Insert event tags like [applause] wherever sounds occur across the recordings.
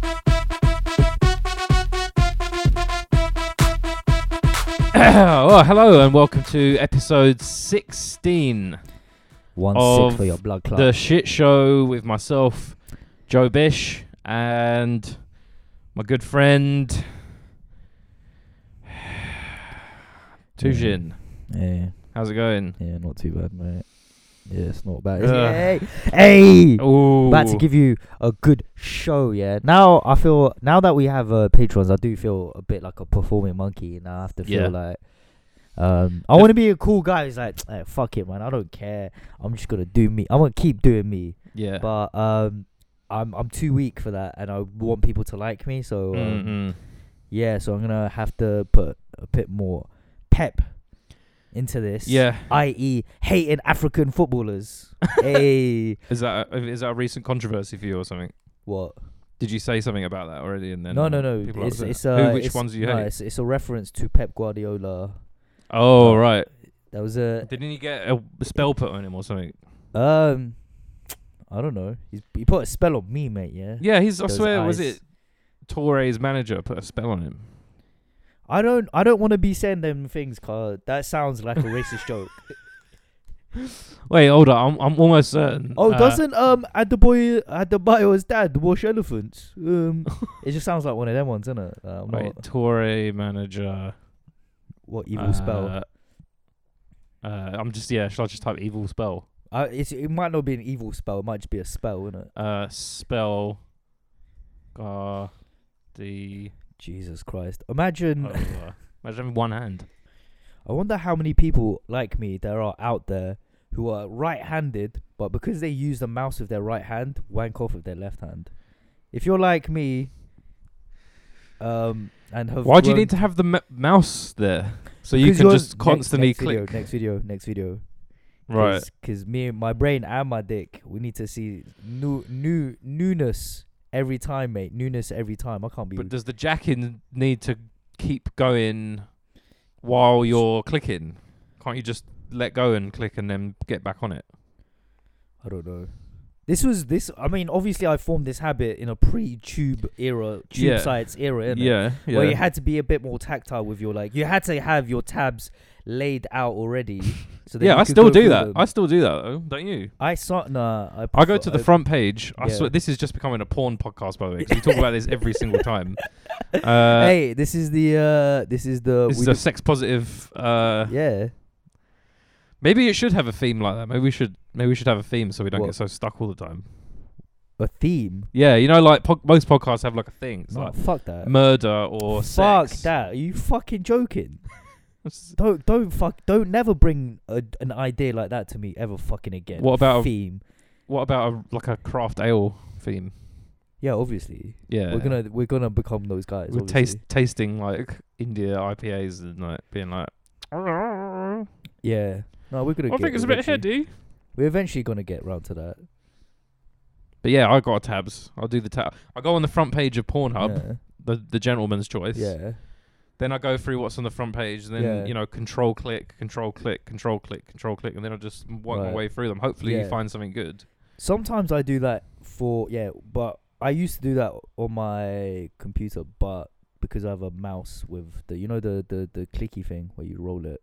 [coughs] well, hello and welcome to episode 16 One Of sick for your blood clot. The Shit Show with myself, Joe Bish, and my good friend, [sighs] Tujin. yeah, How's it going? yeah, not too bad, mate. Yeah, it's not bad. Ugh. Hey, hey! Oh, About to give you a good show, yeah. Now I feel now that we have uh, patrons, I do feel a bit like a performing monkey, and I have to feel Yeah. like um, I want to be a cool guy. who's like, "Eh, fuck it, man. I don't care. I'm just gonna do me. I'm gonna keep doing me. yeah. But um, I'm I'm too weak for that, and I want people to like me. So Mm-mm. um, Yeah, so I'm gonna have to put a bit more pep into this. Yeah. I.e., hating [laughs] African footballers. hey, Is that a, is that a recent controversy for you or something? what? Did you say something about that already? And then no, uh, no, no. people are It's upset? it's uh, Who, which it's- ones do you no, hate? It's, it's a reference to Pep Guardiola. Oh right. That was a Didn't he get a spell put on him or something? um, I don't know. He's, he put a spell on me, mate. Yeah. Yeah, he's. I Those swear, was eyes. it Torre's manager put a spell on him? I don't. I don't want to be saying them things, cause that sounds like a racist joke. [laughs] Wait, hold on. I'm, I'm almost certain. Oh, uh, doesn't um Adebayo Adebayo's dad wash elephants? [laughs] Um, it just sounds like one of them ones, doesn't it? Uh, I'm wait, not- Torre manager what evil spell? Uh, I'm just yeah. Shall I just type evil spell? Uh, it's, it might not be an evil spell. It might just be a spell, isn't it? Uh, spell. Uh, the. Jesus Christ! Imagine. oh, [laughs] uh, Imagine having one hand. I wonder how many people like me there are out there who are right-handed, but because they use the mouse with their right hand, wank off with their left hand. If you're like me, um, and have Why do you grown- need to have the m- mouse there? So you 'Cause can you're- just constantly next, next click. Video, next video. Next video. right. Because me, and my brain, and my dick, we need to see new, new, newness every time, mate. Newness every time. I can't be. But does the jacking need to keep going while you're clicking? Can't you just let go and click and then get back on it? I don't know. This was this. I mean, obviously, I formed this habit in a pre-tube era, tube Yeah. sites era, innit? Yeah. yeah. where you had to be a bit more tactile with your like. You had to have your tabs laid out [laughs] already. So that yeah, you I could still go do through that. them. I still do that though, don't you? I saw. Nah, I, I prefer- go to the front page. I yeah. swear, this is just becoming a porn podcast, by the way. 'cause we talk about [laughs] this every single time. Uh, hey, this is the. uh This is the. this we is a do- sex positive. Uh, yeah. Maybe it should have a theme like that. Maybe we should. Maybe we should have a theme so we don't What? get so stuck all the time. A theme. Yeah, you know, like po- most podcasts have like a thing. It's No, like fuck that. murder or Oh, fuck sex. that. Are you fucking joking? That's- Don't don't fuck don't never bring a, an idea like that to me ever fucking again. What about a- theme? What about a, like a craft ale theme? Yeah, obviously. Yeah, We're gonna we're gonna become those guys. We're taste, obviously. tasting like India IPAs and like being like. I Yeah. No, we're gonna. get think it's a bit eventually- heady. We're eventually gonna get round to that. But yeah, I got tabs. I'll do the tab. I go on the front page of Pornhub, the the gentleman's choice. Yeah. yeah. Then I go through what's on the front page, and then Yeah. you know, control click, control click, control click, control click, and then I just work my Right. way through them. Hopefully, you Yeah. find something good. Sometimes I do that for yeah, but I used to do that on my computer, but because I have a mouse with the you know the the the clicky thing where you roll it.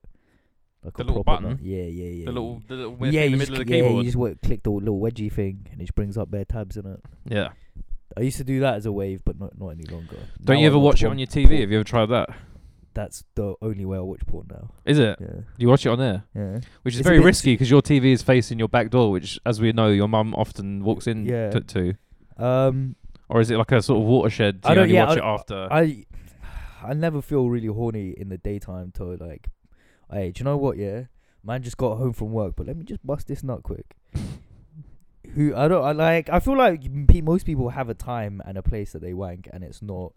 Like The little proper mou- button? Yeah, yeah, yeah. The yeah. little, the little weird yeah, thing in you the just middle of the cl- yeah, keyboard. you just work, click the little wedgie thing, and it just brings up bare tabs in it. yeah. I used to do that as a wave, but not not any longer. Don't Now you I ever watch it porn- on your TV? porn. Have you ever tried that? That's the only way I watch porn now. Is it? Yeah, You watch it on there? yeah. which is It's a very bit- risky because your TV is facing your back door, which, as we know, your mum often walks in Yeah. to, to. Um, Or is it like a sort of watershed? Do I you don't- only yeah, watch I- it after. I I never feel really horny in the daytime till like, hey, do you know what? Yeah, man, just got home from work, but let me just bust this nut [laughs] quick. Who I don't I like. I feel like pe- most people have a time and a place that they wank, and it's not.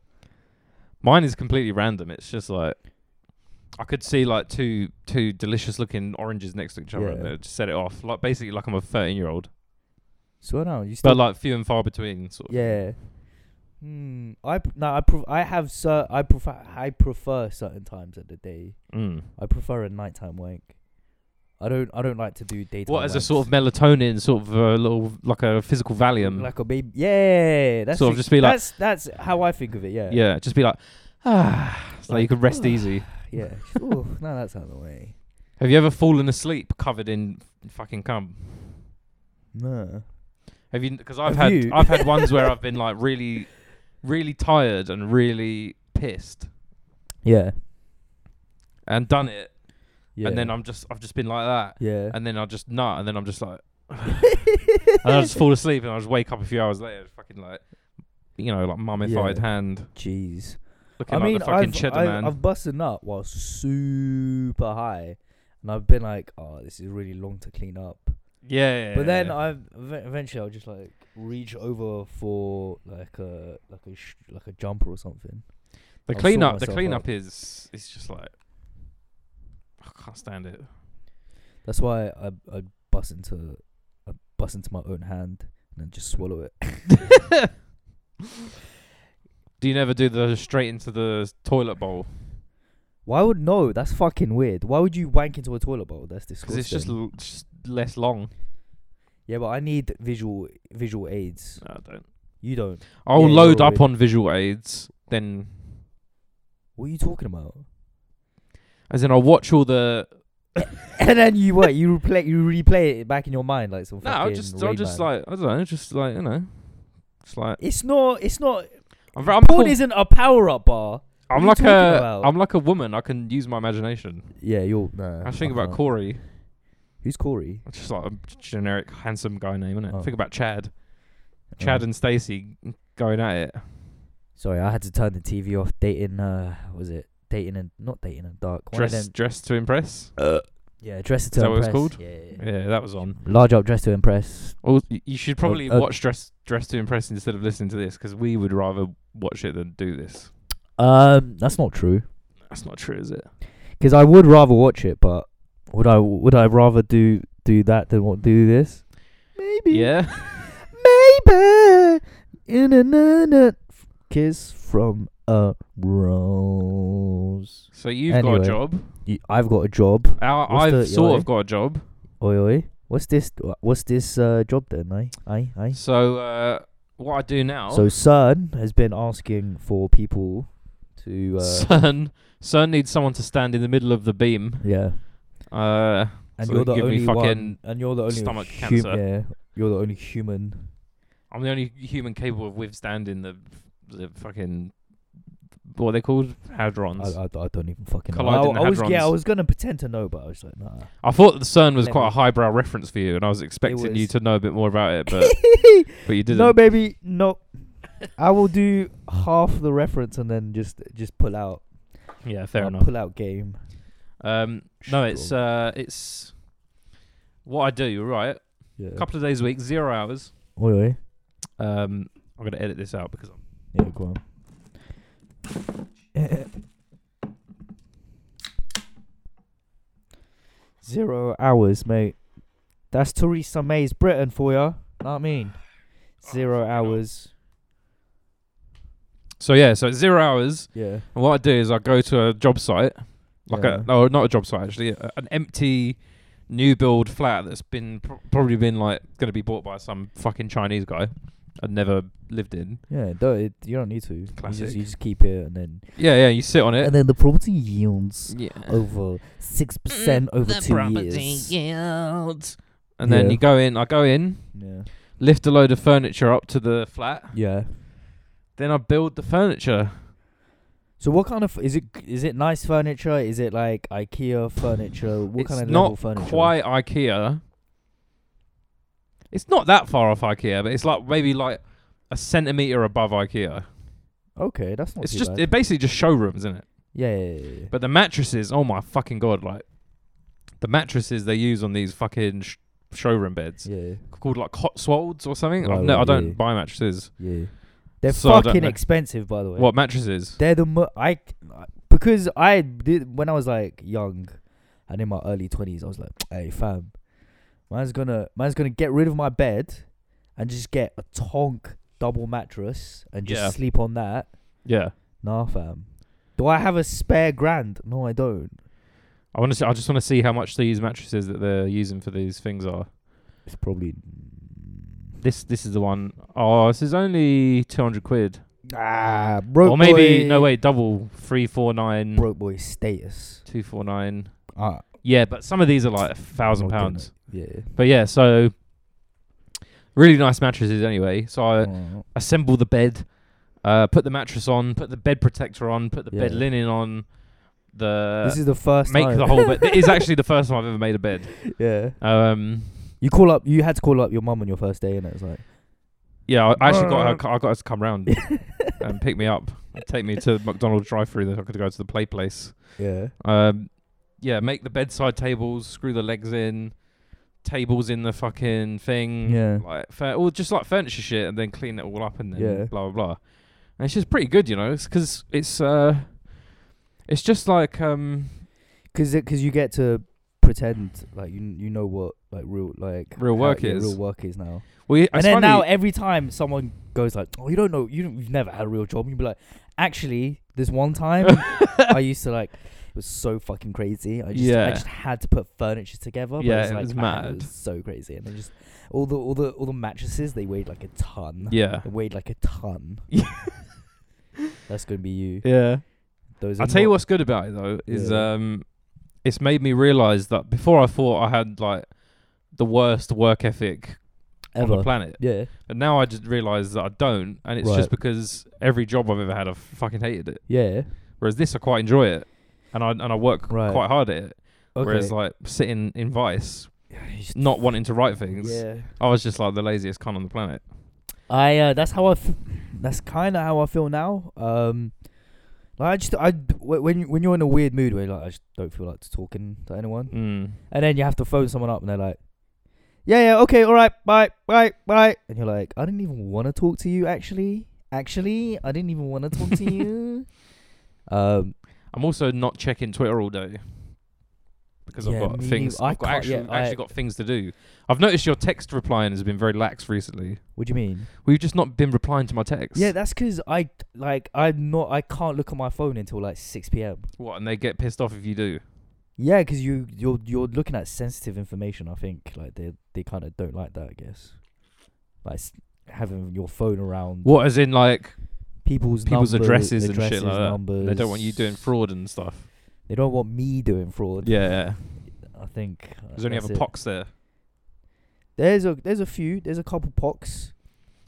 Mine is completely random. It's just like I could see like two two delicious looking oranges next to each other, and Yeah. they'd just set it off. Like basically, like I'm a 13 year old, So now you still but like few and far between. Sort of. Yeah. Hmm. I p- no. I pref- I have cer- I prefer. I prefer certain times of the day. Mm. I prefer a nighttime wank. I don't. I don't like to do daytime. What as a wanks. sort of melatonin, sort of a little like a physical Valium. Like a baby. Yeah. That's Sort of ex- just be like- [sighs] That's that's how I think of it. Yeah. yeah. just be like ah, so Like, [sighs] you could rest easy. [laughs] yeah. Just, oh, no, that's out of the way. Have you ever fallen asleep covered in fucking cum? No. Have you? Because I've Have had you? I've had ones [laughs] where I've been like really, really tired and really pissed Yeah. and done it, Yeah. and then I'm just I've just been like that, Yeah. [laughs] and then I just nut, and then I'm just like, and I just fall asleep, and I just wake up a few hours later, fucking like, you know, like mummified Yeah. hand, Jeez. looking I like mean, the fucking I've, cheddar I've, man. I've busted nut while super high, and I've been like, oh, this is really long to clean up. yeah, But then I ev- eventually I'll just like reach over for like a like a sh- like a jumper or something. the I'll sort cleanup, the myself cleanup out. is it's just like, I can't stand [laughs] it. That's why I I bust into I bust into my own hand and then just swallow it. Do you never do the straight into the toilet bowl? Why would no? That's fucking weird. Why would you wank into a toilet bowl? That's Because disgusting. it's just, l- just less long. yeah, but I need visual visual aids. No, I don't. You don't. I'll Yeah, you're load up weird. on visual aids, then What are you talking about? [laughs] as in I'll watch all the. and then you what? You replay you replay it back in your mind like some No, fucking. I'll just, I'll Rain just Man. like, I don't know, just like you know, just like It's not. It's not. I'm, very- I'm, Porn cool- isn't a power up bar. I'm what like are a, you talking about? am like a woman. I can use my imagination. Yeah, you're. No, I was thinking I about can't. Corey, Who's Corey? It's just like a generic handsome guy name, isn't it? Oh. Think about Chad, Chad Oh. and Stacy going at it. Sorry, I had to turn the TV off. Dating, uh, what was it dating and not dating and dark? One of Dress, them- dress to impress. yeah, dress to that impress. what it's called? Yeah, yeah, yeah. Yeah, that was on. Large up, dress to impress. Well, y- you should probably uh, watch Dress Dress to Impress instead of listening to this, because we would rather watch it than do this. Um, that's not true. That's not true, is it? Because I would rather watch it, but would I? Would I rather do do that than what do this? Maybe. Yeah. Maybe. In a na- na- kiss from a rose. So you've got Anyway. a job. You, I've got a job. Our, What's I've the- sort your- of got a job. Oi oi. What's this? What's this uh, job then? I I I. So uh, what I do now, So Sun has been asking for people to uh, CERN, CERN needs someone to stand in the middle of the beam. yeah, Uh, and So you're the give me only fucking one, and you're the only stomach hum- cancer. Yeah, you're the only human. I'm the only human capable of withstanding the the fucking what are they called I, hadrons. I, I, I don't even fucking. know. Colliding I, I was yeah, I hadrons. was gonna pretend to know, but I was like, nah. thought the CERN was Let quite me- a highbrow reference for you, and I was expecting you was. to know a bit more about it, [laughs] but but you didn't. no, baby, no. I will do half the reference and then just just pull out. yeah, fair I'll enough. Pull out game. Um, no, it's uh, it's what I do. Right, Yeah. a couple of days a week, zero hours. Oi, oi. Um, I'm gonna edit this out because I'm Yeah, go on. Zero hours, mate. That's Theresa May's Britain for ya. Know what I mean? Oh, Zero fucking hell. hours. so yeah, so it's zero hours. Yeah. And what I do is I go to a job site, like Yeah. a no, not a job site actually, a, an empty new build flat that's been pr- probably been like going to be bought by some fucking Chinese guy I'd never lived in. Yeah, don't, it, you don't need to. You just- You Classic. just, keep it and then Yeah, yeah. You sit on it. and then the property yields yeah. over six percent over Mm, the two property years. yields. And then Yeah. you go in. I go in, Yeah. lift a load of furniture up to the flat. Yeah. Then I build the furniture. So what kind of is it? Is it nice furniture? Is it like IKEA furniture? What it's kind of level not furniture? quite IKEA. It's not that far off IKEA, but it's like maybe like a centimeter above IKEA. Okay, that's not it's too just bad. it basically just showrooms, isn't it? Yeah, yeah, yeah, yeah. But the mattresses, oh my fucking god! Like the mattresses they use on these fucking sh- showroom beds, yeah, called like Cotswolds or something. Right, I've no, right, I don't yeah. buy mattresses. yeah. They're So I don't fucking know. expensive, by the way. What mattresses? They're the mo- I because I did when I was like young, and in my early twenties, I was like, "Hey, fam, man's gonna man's gonna get rid of my bed, and just get a tonk double mattress and just Yeah. sleep on that." Yeah, Nah, fam. Do I have a spare grand? No, I don't. I want to. I just want to see how much these mattresses that they're using for these things are. It's probably This this is the one. Oh, this is only two hundred quid. Ah, broke or maybe boy. no wait, double three four nine Broke boy status. two four nine. Ah, Yeah, but some of these are like a oh, thousand didn't pounds. it? Yeah. But yeah, so really nice mattresses anyway. So I Oh, assemble the bed, uh, put the mattress on, put the bed protector on, put the bed Yeah. linen on, the this is the first make time. the whole bed. It [laughs] is actually the first time I've ever made a bed. yeah. Um, You call up. You had to call up your mum on your first day, and it's like, yeah, I- I actually got her. co- I got her to come [laughs] round [laughs] and pick me up, and take me to McDonald's drive-through. Then I could go to the play place. yeah. Um, yeah, make the bedside tables, screw the legs in, tables in the fucking thing. Yeah. like fur- or just like furniture shit, and then clean it all up, and then Yeah. blah blah blah. And it's just pretty good, you know, because it's uh, it's just like um, Cause, it, cause you get to pretend like you you know what like real like Real how- work yeah, is. real work is now. we and [laughs] then now every time someone goes like, oh, you don't know, you don't, you've never had a real job, you'd be like, actually, this one time [laughs] I used to like. It was so fucking crazy. I just, I Yeah. just had to put furniture together. but Yeah, it's it like, was man, It mad. was so crazy, and they just all the all the all the mattresses they weighed like a ton. yeah, They weighed like a ton. Yeah. [laughs] That's gonna be you. yeah. Those. I'll are tell you not- what's good about it though is Yeah. um, it's made me realise that before I thought I had like the worst work ethic on the ever. planet, Yeah. but now I just realise that I don't, and it's Right. just because every job I've ever had, I've fucking hated it. Yeah. Whereas this, I quite enjoy it, and I and I work Right. quite hard at it. Okay. Whereas like sitting in Vice, [sighs] You just- not wanting to write [laughs] things, Yeah. I was just like the laziest cunt on the planet. I uh, that's how I f- that's kind of how I feel now. Um, like I just I d- wh- when you- when you're in a weird mood where you're like I just don't feel like talking to anyone, Mm. and then you have to phone someone up and they're like, yeah yeah okay all right bye bye bye, and you're like I didn't even want to talk to you actually actually I didn't even want to talk to [laughs] you. Um, I'm also not checking Twitter all day because Yeah, I've got me things. neither. I I've got can't- actually, yeah, I- actually got things to do. I've noticed your text replying has been very lax recently. what do you mean? We've just not been replying to my texts. Yeah, that's because I like I'm not I can't look at my phone until like six p.m. what? And they get pissed off if you do. Yeah, because you you're you're looking at sensitive information. I think like they they kind of don't like that. I guess like s- having your phone around What? As in like people's people's number- addresses, and shit addresses, like that. They don't want you numbers. doing fraud and stuff. They don't want me doing fraud. Yeah. I think uh, There's only that's ever it. pox there. There's a there's a few. There's a couple pox.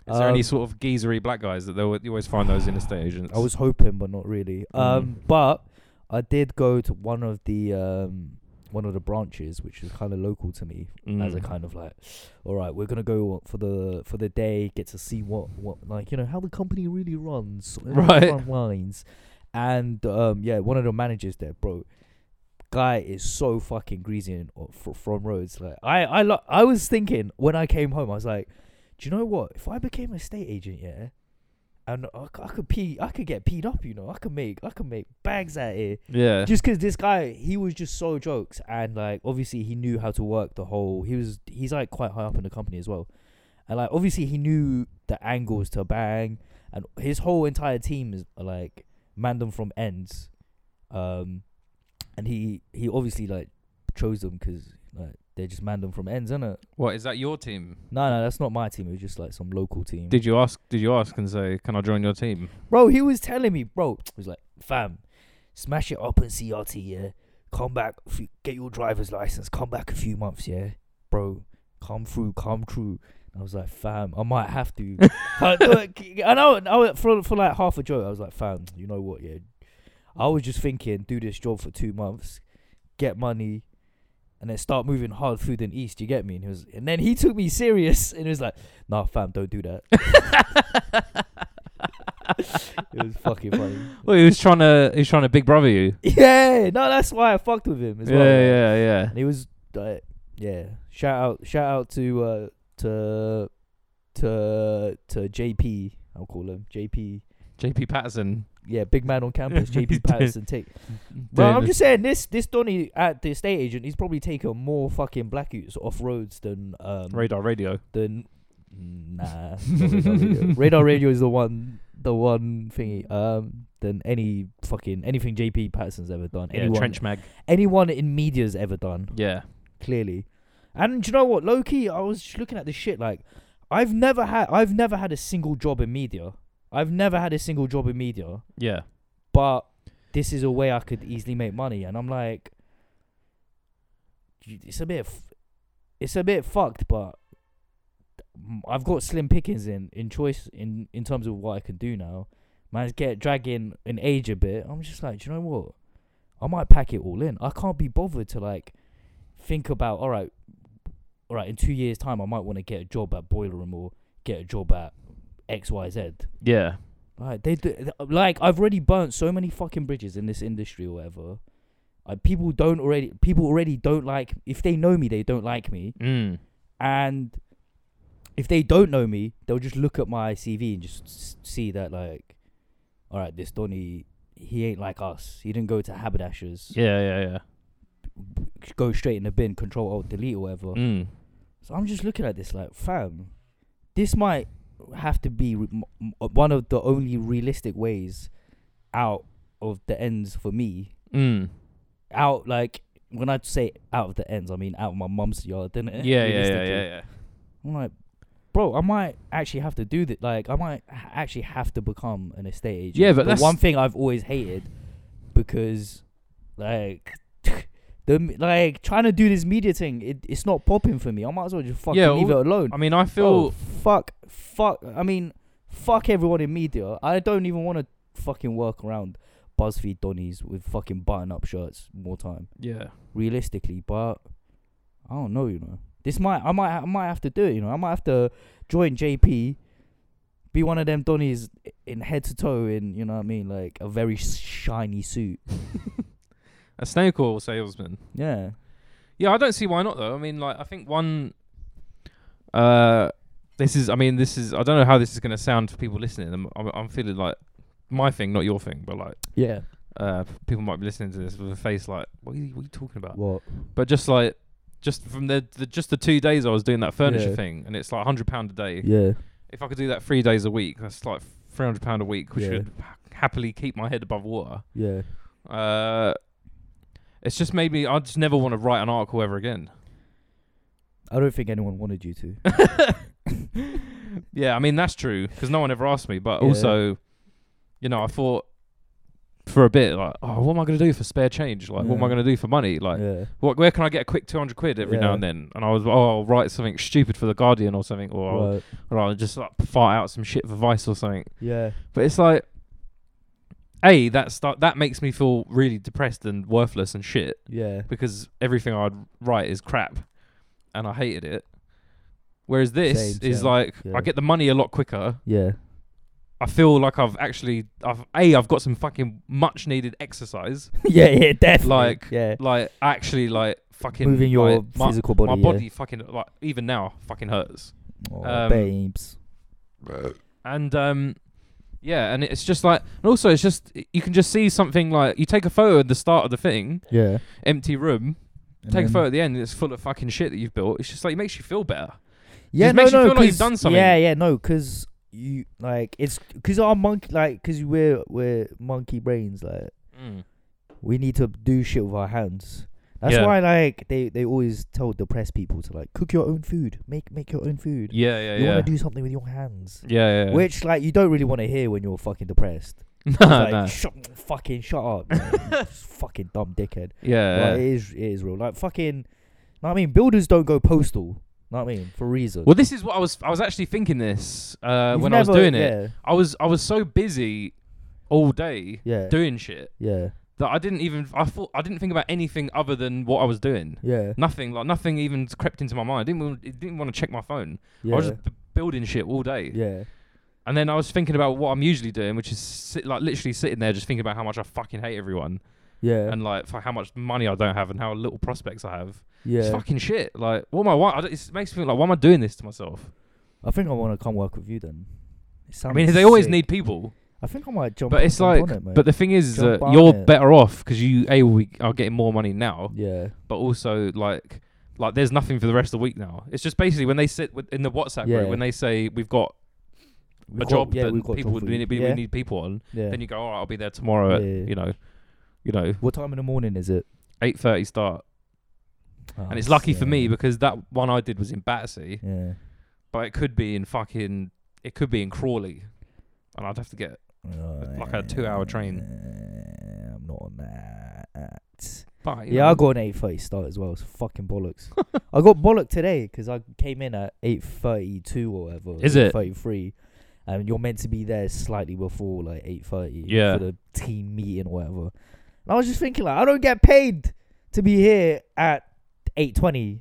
Is there any Um, sort of geezery black guys that they will, you always find those in estate agents? I was hoping, but not really. Um, Mm. but I did go to one of the um one of the branches, which is kind of local to me, as a Mm. kind of like, all right, we're gonna go for the for the day, get to see what what like you know how the company really runs, uh, the Right. Front lines, and um yeah, one of the managers there, bro, guy is so fucking greasy and uh, fr- from roads. Like I I lo- I was thinking when I came home, I was like, do you know what? If I became a state agent, yeah. And I, c- I could pee, I could get peed up, you know. I could make, I could make bags out here Yeah. just because this guy he was just so jokes and like obviously he knew how to work the whole he was he's like quite high up in the company as well and like obviously he knew the angles to bang and his whole entire team is uh, like manned them from ends um and he he obviously like chose them because like they just manned them from ends isn't it What is that? Your team? no no that's not my team it was just like some local team Did you ask? Did you ask and say, "Can I join your [laughs] team"? Bro, he was telling me, bro, he was like, fam, smash it up and CRT, yeah. Come back, a few- get your driver's license, come back a few months, yeah. Bro, come through, come through. I was like, fam, I might have [laughs] to. [laughs] I I know, I was, for, for like half a joke, I was like, fam, you know what, yeah. I was just thinking, do this job for two months, get money, and then start moving hard food and east. You get me? And he was, and then he took me serious, [laughs] and he was like, "Nah, fam, don't do that." It was fucking funny. Well, he was trying to. He was trying to big brother you. [laughs] Yeah, no, that's why I fucked with him as yeah, well. man. yeah, yeah. And he was, uh, yeah. Shout out, shout out to uh, to to to JP. I'll call him JP. JP Patterson. Yeah, big man [laughs] on campus, He's JP doing- Patterson. Take, doing but I'm the- just saying this this Donny at the estate agent, he's probably taken more fucking black utes off roads than um radar radio. than nah. not radar, [laughs] radio. radar radio is the one the one thingy um than any fucking anything JP Patterson's ever done. Yeah, anyone trench mag. anyone in media's ever done, Yeah, clearly. And do you know what, low key, I was just looking at this shit like I've never had I've never had a single job in media I've never had a single job in media, Yeah. but this is a way I could easily make money, and I'm like, you- it's a bit, f- it's a bit fucked, but m- I've got slim pickings in in choice in in terms of what I can do now. Man, get dragging an age a bit. I'm just like, do you know what? I might pack it all in. I can't be bothered to like think about all right, all right. In two years' time, I might want to get a job at Boiler Room or get a job at X Y Z. Yeah. Like they do, th- like I've already burnt so many fucking bridges in this industry or whatever. Like people don't already people already don't like if they know me they don't like me Mm. and if they don't know me they'll just look at my CV and just s- see that like all right this Donny he ain't like us he didn't go to haberdashers Yeah. Yeah. Yeah. go straight in the bin control alt delete or whatever Mm. so I'm just looking at this like, fam, this might have to be re- m- m- uh, one of the only realistic ways out of the ends for me. Mm. Out like when I say out of the ends, I mean out of my mum's yard, didn't Yeah. it? Yeah. Yeah. Yeah. Eh? Realistically. Yeah. I'm like, bro, I might actually have to do that. Like, I might ha- actually have to become an estate agent. Yeah, but that's- one thing I've always hated because, like. [laughs] The, like trying to do this media thing, it, it's not popping for me. I might as well just fucking Yeah, leave all- it alone. I mean, I Oh, feel. fuck, fuck. I mean, fuck everyone in media. I don't even want to fucking work around BuzzFeed Donnies with fucking button up shirts more time, Yeah. realistically. But I don't know, you know. This might, I might, I might have to do it. You know, I might have to join JP, be one of them Donnies in head to toe in, you know what I mean, like a very shiny suit. A snake oil salesman. Yeah, Yeah, I don't see why not though. I mean, like, I think one. Uh, this is. I mean, this is. I don't know how this is going to sound for people listening. I'm, I'm, I'm feeling like my thing, not your thing, but like, yeah. uh, people might be listening to this with a face like, "What are you, what are you talking about?" What? But just like, just from the, the just the two days I was doing that furniture Yeah. thing, and it's like hundred pound a day. Yeah, If I could do that three days a week, that's like three hundred pound a week, which Yeah. would ha- happily keep my head above water. yeah. Uh, it's just made me. I just never want to write an article ever [laughs] again. [laughs] I don't think anyone wanted you to. yeah, I mean that's true because no one ever asked me. But Yeah. also, you know, I thought for a bit like, oh, what am I going to do for spare change? Like, what am I Yeah. going to do for money? Like, yeah, what? Where can I get a quick two hundred quid every now Yeah. and then? And I was, oh, I'll write something stupid for the Guardian or something, or, I'll- right. or I'll just like fart out some shit for Vice or something. Yeah, But it's like, a that start that makes me feel really depressed and worthless and shit yeah. because everything I'd write is crap, and I hated it. Whereas this Same, is same, like yeah. I get the money a lot quicker. Yeah. I feel like I've actually I've a I've got some fucking much needed exercise. [laughs] yeah, yeah, definitely. Like, yeah, Like actually like fucking moving your like, my, physical body. my yeah. body fucking like even now fucking hurts. Oh, um, babes. And um yeah, and it's just like and also it's just you can just see something like you take a photo at the start of the thing, Yeah. empty room, And take a then- photo at the end, and it's full of fucking shit that you've built. It's just like it makes you feel better. Yeah, Just no, makes you no, feel like you've 'cause- done something. Yeah, yeah, no, because you like it's because our monkey like because we're we're monkey brains like we need to do shit with our hands. That's Yeah. why like they they always tell depressed people to like cook your own food, make make your own food. Yeah, yeah, you yeah. want to do something with your hands, yeah, yeah. which like you don't really want to hear when you're fucking depressed. [laughs] no, It's like, no. shut, fucking shut up, [laughs] man. fucking dumb dickhead. Yeah. Like, it is it is real. Like fucking, know what I mean, builders don't go postal. Know what I mean, for a reason. Well, this is what I was. I was actually thinking this uh, You've when I was never- doing it. I was. I was so busy all day Yeah, yeah, doing shit yeah, that I didn't even. I thought I didn't think about anything other than what I was doing. yeah, Nothing like nothing even crept into my mind. I didn't wa- it didn't want to check my phone. yeah, I was just b- building shit all day, yeah, and then I was thinking about what I'm usually doing, which is sit, like literally sitting there just thinking about how much I fucking hate everyone yeah, and like for how much money I don't have and how little prospects I have. It's yeah. fucking shit. Like what am I? Why, I don't- it makes me think like why am I doing this to myself? I think I want to come work with you then. It I sounds mean, they always sick. need people. I think I might jump. But it's jump like, on it, mate. but the thing is that Jump on you're it. better off because you a we are getting more money now, yeah, but also like, like there's nothing for the rest of the week now. It's just basically when they sit with, in the WhatsApp Yeah. group when they say we've got We've a got- job yeah, that we've got a people job would for you. need, we Yeah, need people on, yeah. then you go, all right, I'll be there tomorrow. At, Yeah, yeah. You know, you know, what time in the morning is it? eight thirty start, Oh, and it's lucky for me yeah. because that one I did was in Battersea, yeah, but it could be in fucking, it could be in Crawley. and I'd have to get. like a two-hour train. Uh, I'm not on that. But you Yeah, know, I got an eight thirty start as well. It's fucking bollocks. I got bollocked today because I came in at eight thirty two or whatever. Is it? thirty three? And you're meant to be there slightly before like eight thirty. Yeah. For the team meeting or whatever. And I was just thinking like, I don't get paid to be here at eight twenty.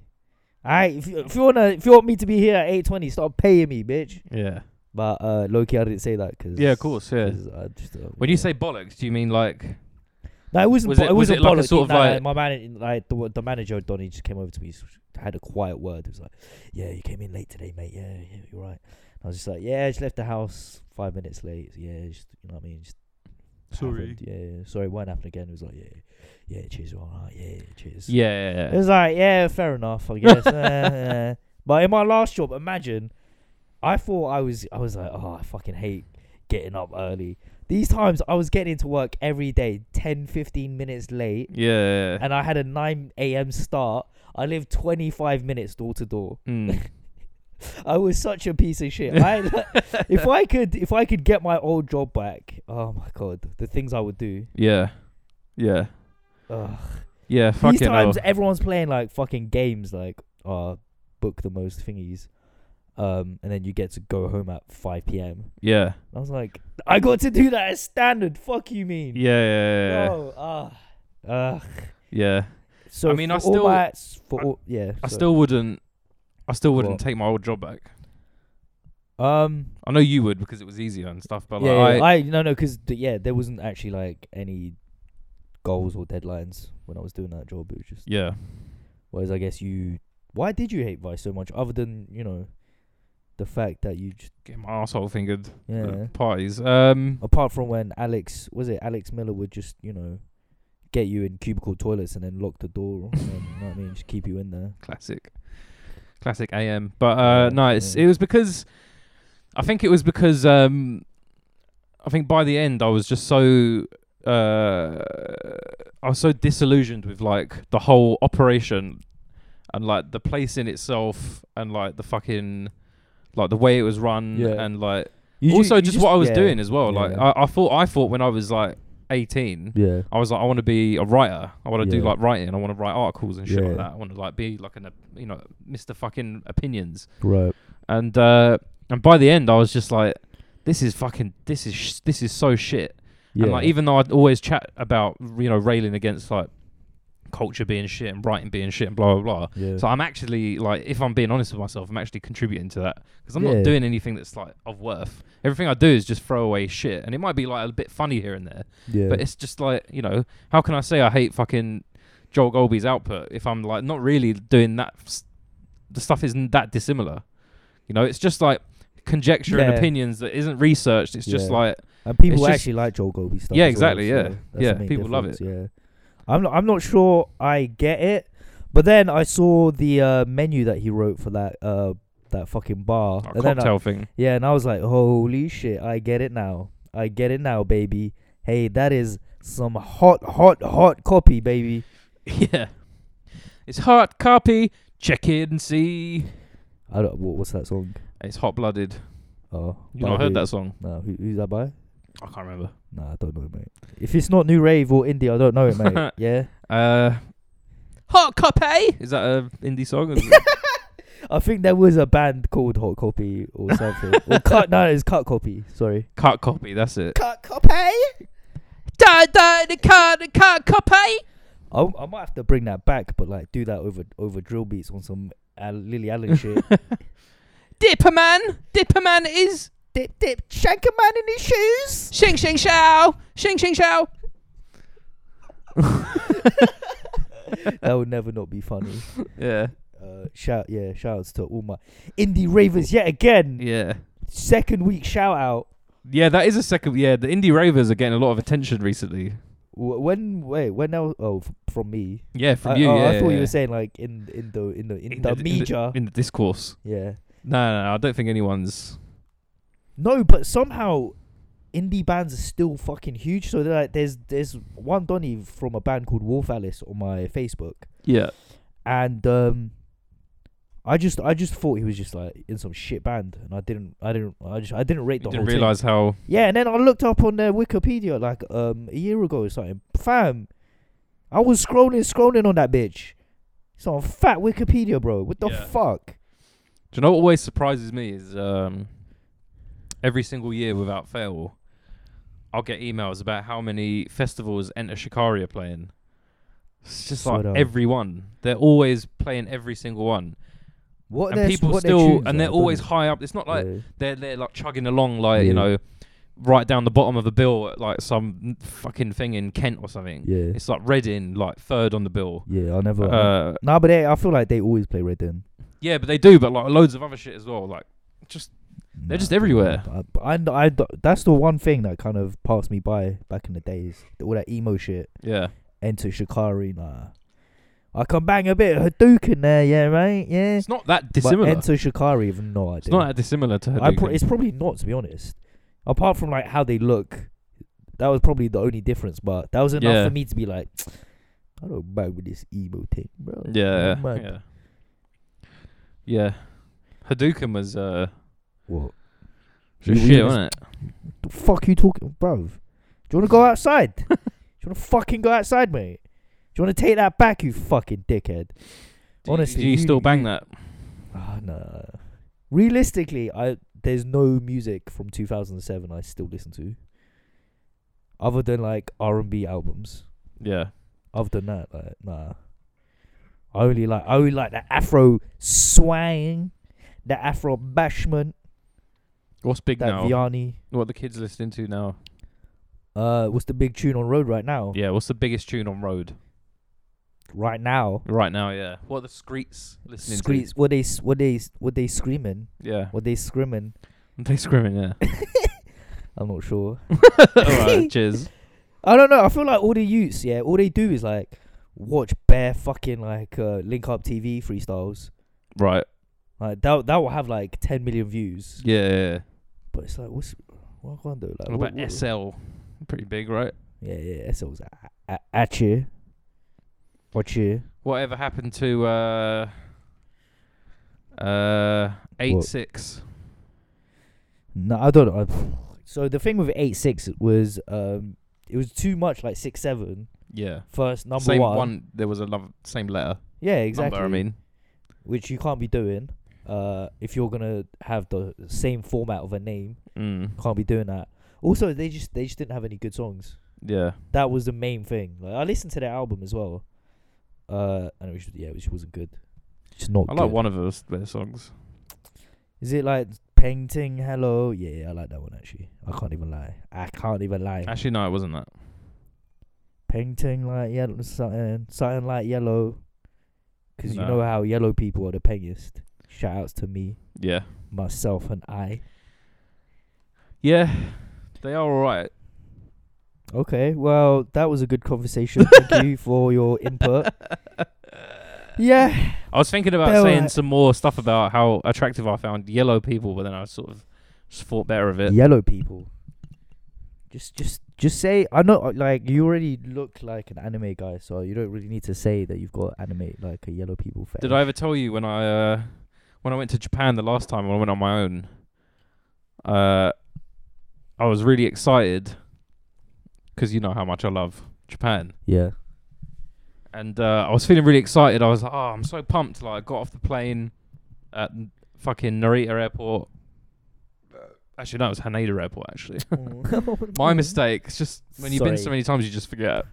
Alright, if you, if you wanna, if you want me to be here at eight twenty, start paying me, bitch. Yeah. But uh, Loki, I didn't say that because Yeah, of course, yeah. I just, uh, When you yeah. say bollocks, do you mean like? No, it wasn't. Was bo- it- it, was wasn't it like a bollocks. sort of No, no, like- my man, like the the manager Donny just came over to me, s- had a quiet word. He was like, "Yeah, you came in late today, mate. Yeah, yeah you're right." And I was just like, "Yeah, I just left the house five minutes late. Yeah, just, you know what I mean." Just Sorry. happened. Yeah, yeah, sorry, it won't happen again. He was like, "Yeah, yeah, cheers, all right, yeah, cheers." Yeah. yeah, It was like, yeah, fair enough, [laughs] I guess. Eh, eh. But in my last job, imagine, I thought I was, I was like, oh, I fucking hate getting up early. These times, I was getting into work every day, 10, 15 minutes late, Yeah. and I had a 9 a.m. start. I lived 25 minutes door to door. Mm. I was such a piece of shit. I, [laughs] if I could, if I could get my old job back, oh my god, the things I would do. yeah. Yeah. Ugh. Yeah. Fucking These times, hell. everyone's playing like fucking games, like uh, book the most thingies, um, and then you get to go home at five p.m. Yeah. I was like, I got to do that as standard. Fuck you, Yeah. mean? Yeah. Yeah. No, ah, ugh. yeah. So I mean, for I all still- my, for I- all, yeah, I so- still wouldn't. I still wouldn't What? take my old job back. um, I know you would because it was easier and stuff. But yeah, like, yeah, I, I, no, no, because yeah, there wasn't actually like any goals or deadlines when I was doing that job. It was just yeah. Whereas I guess you, why did you hate Vice so much? Other than you know, the fact that you just Get my asshole fingered yeah. at parties. Um. Apart from when Alex was it Alex Miller would just you know get you in cubicle toilets and then lock the door. and then, you know what I mean? Just keep you in there. classic classic am but uh Yeah, no it's yeah. it was because i think it was because um i think by the end i was just so uh i was so disillusioned with like the whole operation and like the place in itself and like the fucking like the way it was run Yeah. and like You ju- also you just, what i was yeah, doing as well like yeah. I, I thought i thought when i was like 18 Yeah, I was like, I want to be a writer. I want to do Yeah. like writing. I want to write articles and shit Yeah. like that. I want to like be like an, op- you know, Mister fucking opinions. right. And uh and by the end, I was just like, this is fucking, this is sh- this is so shit. Yeah, And like even though I'd always chat about you know railing against like culture being shit and writing being shit and blah blah blah. yeah, So I'm actually like, if I'm being honest with myself, I'm actually contributing to that because I'm Yeah. not doing anything that's like of worth. Everything I do is just throw away shit, and it might be like a bit funny here and there. yeah. But it's just like, you know, how can I say I hate fucking Joel Golby's output if I'm like not really doing that? s- The stuff isn't that dissimilar. You know, it's just like conjecture and Yeah. opinions that isn't researched. It's just Yeah. like, and people just- actually like Joel Golby stuff. Yeah, as well, exactly, so yeah. that's the Yeah, main people love difference, Yeah, I'm not. I'm not sure I get it. But then I saw the uh, menu that he wrote for that uh, that fucking bar, a and then I- cocktail [laughs] thing. Yeah, and I was like, holy shit, I get it now. I get it now, baby. Hey, that is some hot, hot, hot copy, baby. yeah. It's hot copy. Check it and see. I don't. What, what's that song? It's hot blooded. Oh, You by not heard who? that song? No, who, who's that by? I can't remember. Nah, I don't know, mate. If it's not new rave or indie, I don't know it, [laughs] mate. yeah, Uh, hot copy. Is that a indie song? [laughs] I think there was a band called Hot Copy [laughs] or something. or cut. No, it's Cut Copy. Sorry. Cut copy. That's it. Cut Copy. Da da da da da da copy. I, I might have to bring that back, but like do that over over drill beats on some uh, Lily [laughs] Allen shit. Dipperman, Dipperman is dip dip, shank a man in his shoes. Shing Shing Shao, Shing Shing Shao. that would never not be funny. Yeah, Uh, shout yeah, shoutouts to all my indie ravers yet again. yeah, Second week shout out. yeah. That is a second. Yeah, the indie ravers are getting a lot of attention recently. Wh- When wait when else? Oh, f- from me. Yeah, from I, you. oh, yeah, I thought yeah. you were saying like in in the in the in, In the, the- in the- media. in the discourse. yeah. No, no, no, I don't think anyone's. No, but somehow indie bands are still fucking huge. So they're like, there's there's one Donny from a band called Wolf Alice on my Facebook, Yeah, and um, I just I just thought he was just like in some shit band, and I didn't I didn't I just I didn't rate the You didn't whole thing. realize how Yeah, and then I looked up on their Wikipedia like um a year ago or something. Fam, I was scrolling, scrolling on that bitch. Some fat Wikipedia, bro. What the Yeah. fuck? Do you know what always surprises me is um, every single year without fail, I'll get emails about how many festivals Enter Shikari are playing. It's just Swear like down. every one. They're always playing every single one, What and their- people what their still tunes and they're are, always don't high up. It's not they? like Yeah. they're they're like chugging along like Yeah. you know, right down the bottom of the bill at like some fucking thing in Kent or something. yeah, It's like Reading like third on the bill. yeah. I never. Uh, nah, but they, I feel like they always play Red Dead. yeah, but they do, but like loads of other shit as well. Like just Nah, just dude, everywhere. I, I, I, that's the one thing that kind of passed me by back in the days. All that emo shit. yeah. Enter Shikari, nah. I can bang a bit of Hadouken there, yeah, right? Yeah. It's not that But dissimilar. Enter Shikari, I've no idea. It's not that dissimilar to I pro- Hadouken. it's probably not, to be honest. Apart from like how they look, that was probably the only difference. But that was enough Yeah. for me to be like, I don't bang with this emo thing, bro. yeah, Never mind. yeah, yeah. Hadouken was uh, What You- just you shit, just- wasn't it? the fuck you talking, bro? Do you want to go [laughs] outside? Do you want to fucking go outside, mate? Do you want to take that back, you fucking dickhead? Do you- honestly, do you, you- still bang you- that? Ah, no. Realistically, I there's no music from 2007 I still listen to, other than like R&B albums. Yeah, Other than that, like nah. I only like I only like the Afro swang, the Afro bashment, what's big that now? Vianney. What the kids listening to now? Uh, what's the big tune on road right now? Yeah, what's the biggest tune on road Right now, right now? Yeah, what are the screets listening screams. What they s- what they s- what they screaming? to? Yeah, What they screaming? [laughs] they screaming. Yeah. [laughs] I'm not sure. All right, [laughs] cheers. I don't know. I feel like all the youths, yeah, all they do is like watch bare fucking like uh, link up TV freestyles. Right. Like that that will have like 10 million views. Yeah. yeah, yeah. Uh, But it's like what's what I can do? Like What about SL? Pretty big, right? Yeah, yeah, SL's at, at, at you. Watch you. Whatever happened to uh uh eight What? six? No, I don't know. So the thing with 8 6 was um it was too much like 6 7 Yeah. first number same one. There was a love, same letter. Yeah, exactly. Number, I mean, Which you can't be doing uh if you're going to have the same format of a name. mm. can't be doing that. Also, they just they just didn't have any good songs. yeah, That was the main thing. Like I listened to their album as well, uh, and it was yeah, it just wasn't good. It's not. I good. like one of those their songs. Is it like painting? Hello, yeah, yeah, I like that one actually. I can't even lie. I can't even lie. Actually, no, it wasn't that. painting like yellow, something, something like yellow. 'Cause you No. know how yellow people are the paintiest. Shout outs to me, Yeah, myself, and I. yeah, they are all [laughs] right. Okay, well, that was a good conversation. [laughs] Thank you for your input. Yeah, I was thinking about They're saying alright. some more stuff about how attractive I found yellow people, but then I sort of just thought better of it. yellow people. Just, just, just say. I know, uh, like you already look like an anime guy, so you don't really need to say that you've got anime like a yellow people fan. Did I ever tell you when I uh, when I went to Japan the last time when I went on my own? Uh, I was really excited because you know how much I love Japan. Yeah. [laughs] and uh, I was feeling really excited. I was like, "Oh, I'm so pumped!" Like, I got off the plane at n- fucking Narita Airport. Uh, Actually, no, it was Haneda Airport. Actually, [laughs] my mistake. It's just when you've been so Sorry. many times, you just forget.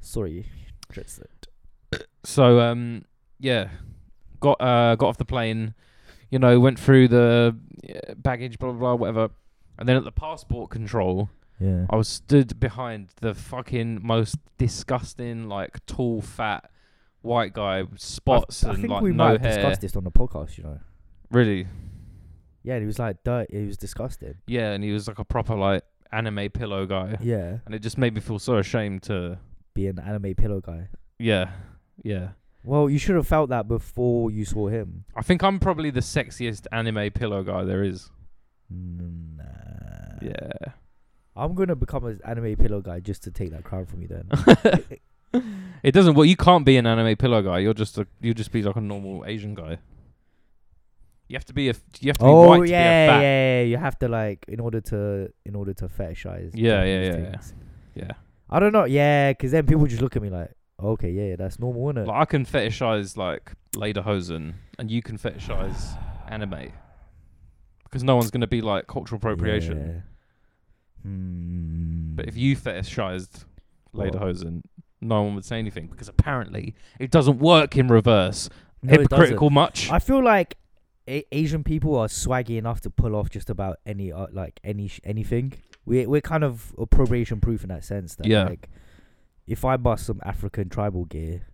Sorry. Just it. So, um, yeah, got uh, got off the plane. You know, went through the uh, baggage, blah blah blah, whatever. And then at the passport control, Yeah. I was stood behind the fucking most disgusting, like tall, fat, white guy with spots I and think like we no might have hair. discussed this on the podcast, you know. Really? Yeah, and he was like dirt. He was disgusted. Yeah, and he was like a proper like anime pillow guy, Yeah. and it just made me feel so ashamed to. Be an anime pillow guy. Yeah, yeah. Well, you should have felt that before you saw him. I think I'm probably the sexiest anime pillow guy there is. Nah. Yeah. I'm gonna become an anime pillow guy just to take that crown from you. Then. it doesn't. Well, you can't be an anime pillow guy. You're just a. You'll just be like a normal Asian guy. You have to be a. f- You have to be Oh white to yeah, be a yeah, fat. yeah, You have to like in order to in order to fetishize. Yeah, yeah, Japanese yeah, yeah. things. Yeah. I don't know. Yeah, because then people just look at me like, okay, yeah, yeah, that's normal, isn't it? Like I can fetishize like lederhosen, and you can fetishize anime, because no one's gonna be like cultural appropriation. Yeah. Hmm. But if you fetishized lederhosen, no one would say anything because apparently it doesn't work in reverse. No, it doesn't. Hypocritical much? I feel like a- Asian people are swaggy enough to pull off just about any uh, like any sh- anything. We we're kind of appropriation proof in that sense. That Yeah. like, if I bust some African tribal gear,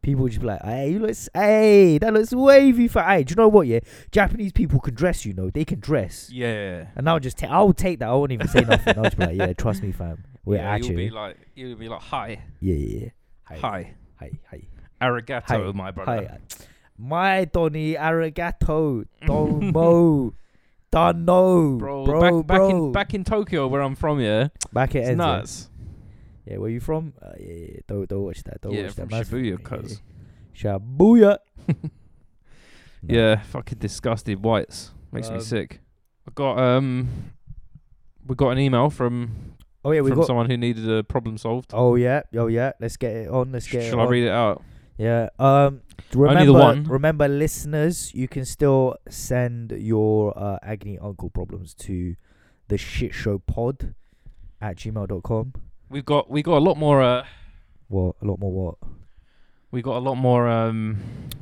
people would just be like, "Hey, you look, s- hey, that looks wavy for." Hey, do you know what? Yeah, Japanese people can dress. You know, they can dress. yeah. And I'll just take. I'll take that. I won't even say nothing. I'll just be like, "Yeah, trust me, fam. [laughs] We're yeah, at you." You'll be like, you'll be like, hi, yeah, yeah, yeah. hi, hi, hi. arigato, Hi. my brother. Hi. My [laughs] Donny Arigato Domo Dono Bro, Bro Bro back, back in back in Tokyo where I'm from, yeah, back at it's ends, yeah. nuts. Yeah, where you from? Uh, yeah, yeah, yeah. Don't don't watch that. Don't Yeah, watch from that. Man's Shibuya, yeah, cuz. yeah. [laughs] Shibuya. No. Yeah, fucking disgusted whites makes me Um, sick. I got um, we got an email from Oh yeah, we from got. someone who needed a problem solved. Oh yeah. Oh yeah. Let's get it on. Let's get it Shall I on. read it out? Yeah. Um. Remember, Only the one. remember, listeners, you can still send your uh, agony uncle problems to the shit show pod at gmail.com. We've got we got a lot more. Uh, What? A lot more what? we got a lot more um,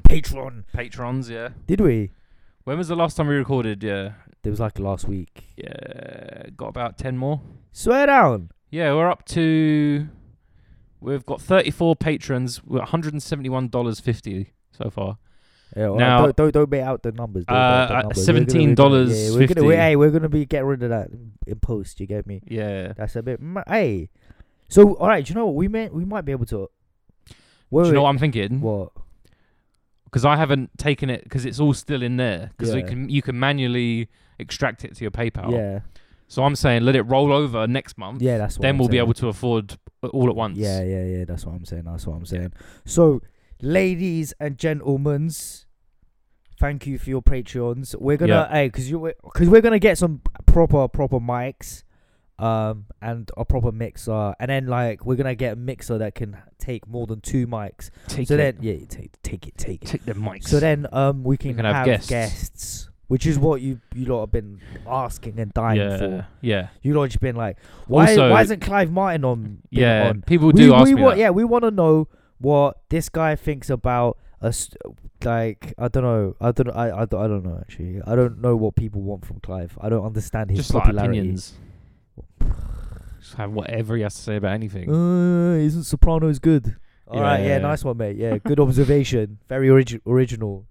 Patreon. patrons. Yeah. Did we? When was the last time we recorded? Yeah. There was like last week. Yeah. Got about ten more. Swear down. Yeah, we're up to. We've got 34 patrons. We're $171.50 so far. Yeah, all right, Now- don't, don't don't bait out the numbers. don't bait Uh, out the uh, numbers. We're gonna- we're gonna- $17.50. yeah, We're gonna, we hey, we're gonna be get rid of that in post. You get me? Yeah. That's a bit. m- Hey, so all right. do You know what? We may we might be able to. Wait, Do you wait, know what I'm thinking? what? Because I haven't taken it because it's all still in there. Because Yeah. can, you can manually extract it to your PayPal. Yeah, So I'm saying let it roll over next month. yeah. That's what Um, Then I'm we'll be saying. able to afford all at once. Yeah, yeah, yeah. That's what I'm saying. That's what I'm saying. So, ladies and gentlemen's, thank you for your patreons. We're gonna, hey, cause you, cause we're gonna get some proper, proper mics, um, and a proper mixer, and then like we're gonna get a mixer that can take more than two mics. Take so it. then, yeah, take, take it, take it. Take the mics. So then, um, we can, can have guests. guests, which is what you you lot have been asking and dying yeah. for. Yeah. You lot have just been like, why, Also- why isn't Clive Martin on? been Yeah. on? People do ask me wa- that. Yeah, we want to know what this guy thinks about us. Like, I don't know. I don't. I. I, don't- I don't know. Actually, I don't know what people want from Clive. I don't understand his Just like popularity. opinions. Just have whatever he has to say about anything. Uh, isn't Sopranos good? All right. Yeah. yeah, nice one, mate. Yeah, good [laughs] observation. Very origi- original.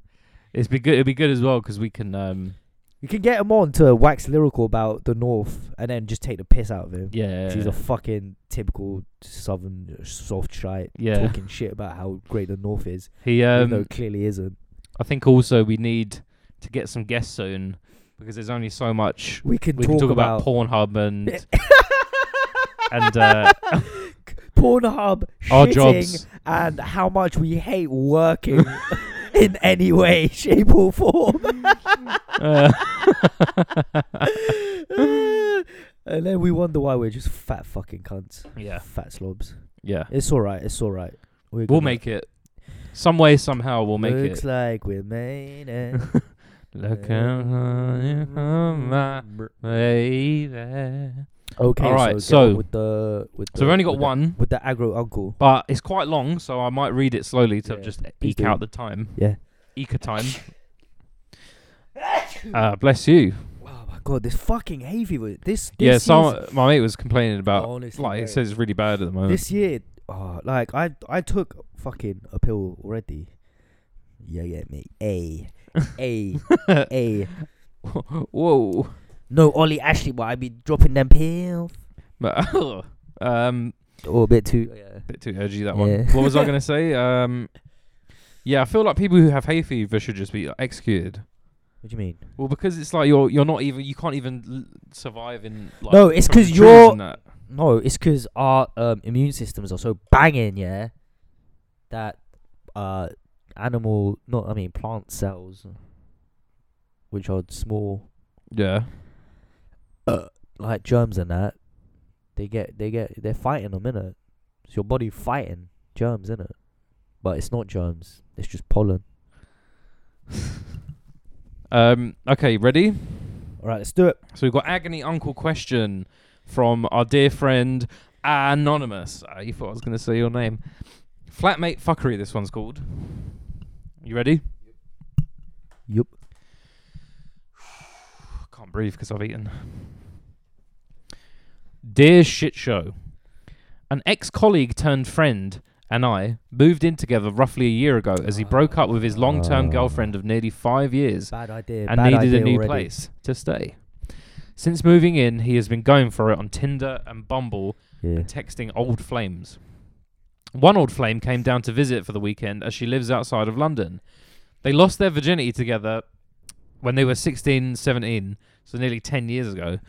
It's be good. It'd be good as well because we can. Um, You can get him on to wax lyrical about the North, and then just take the piss out of him. yeah. She's a fucking typical southern uh, soft shite Yeah. talking shit about how great the North is, He. even Um, though it clearly isn't. I think also we need to get some guests soon because there's only so much We can, we talk, can talk about, about, Pornhub [laughs] and [laughs] and, uh, Pornhub, our shitting, jobs. and how much we hate working [laughs] in any way, [laughs] shape, or form. [laughs] Uh, and then we wonder why we're just fat fucking cunts, [laughs] yeah, fat slobs. yeah. It's all right. It's all right. We're We'll gonna- make it some way somehow. We'll make Looks it. like [laughs] we made it. Look out on you, my baby. Mm-hmm. Okay. All right, So, get on so- with the with So we've only got with one, the, with the aggro uncle. but it's quite long, so I might read it slowly to Yeah, just please eke do. out the time. Yeah. Eke a time. Uh, bless you. Oh my god, this fucking hay fever. This, this yeah, year's- so my mate was complaining about Oh, honestly, like mate, it says uh, it's really bad at the moment. this year. Oh, like I I took fucking a pill already. You get me? A a [laughs] a. [laughs] Whoa. [laughs] No, Ollie Ashley, but I be dropping them pills. But, um, Or a bit too. Yeah. bit too edgy that one. Yeah. What was [laughs] I gonna say? Um, yeah, I feel like people who have hay fever should just be like, executed. What do you mean? Well, because it's like you're you're not even you can't even l- survive in. Like, No, it's from the 'cause trees you're- and that. No, it's because our um, immune systems are so banging, yeah, that uh, animal, not I mean plant cells, which are small, Yeah. like germs and that. They get they get they're fighting them in it. It's your body fighting germs in it, but it's not germs. It's just pollen. Um. Okay. Ready? All right, let's do it. So we've got agony uncle question from our dear friend anonymous. Uh, you thought I was going to say your name. Flatmate fuckery. This one's called. You ready? Yup. Can't breathe because I've eaten. Dear shit show, an ex-colleague turned friend and I moved in together roughly a year ago as he broke up with his long-term Ah. girlfriend of nearly five years Bad idea. and needed a new place to stay. Since moving in, he has been going for it on Tinder and Bumble Yeah. and texting old flames. One old flame came down to visit for the weekend as she lives outside of London. They lost their virginity together when they were 16, 17, so nearly 10 years ago.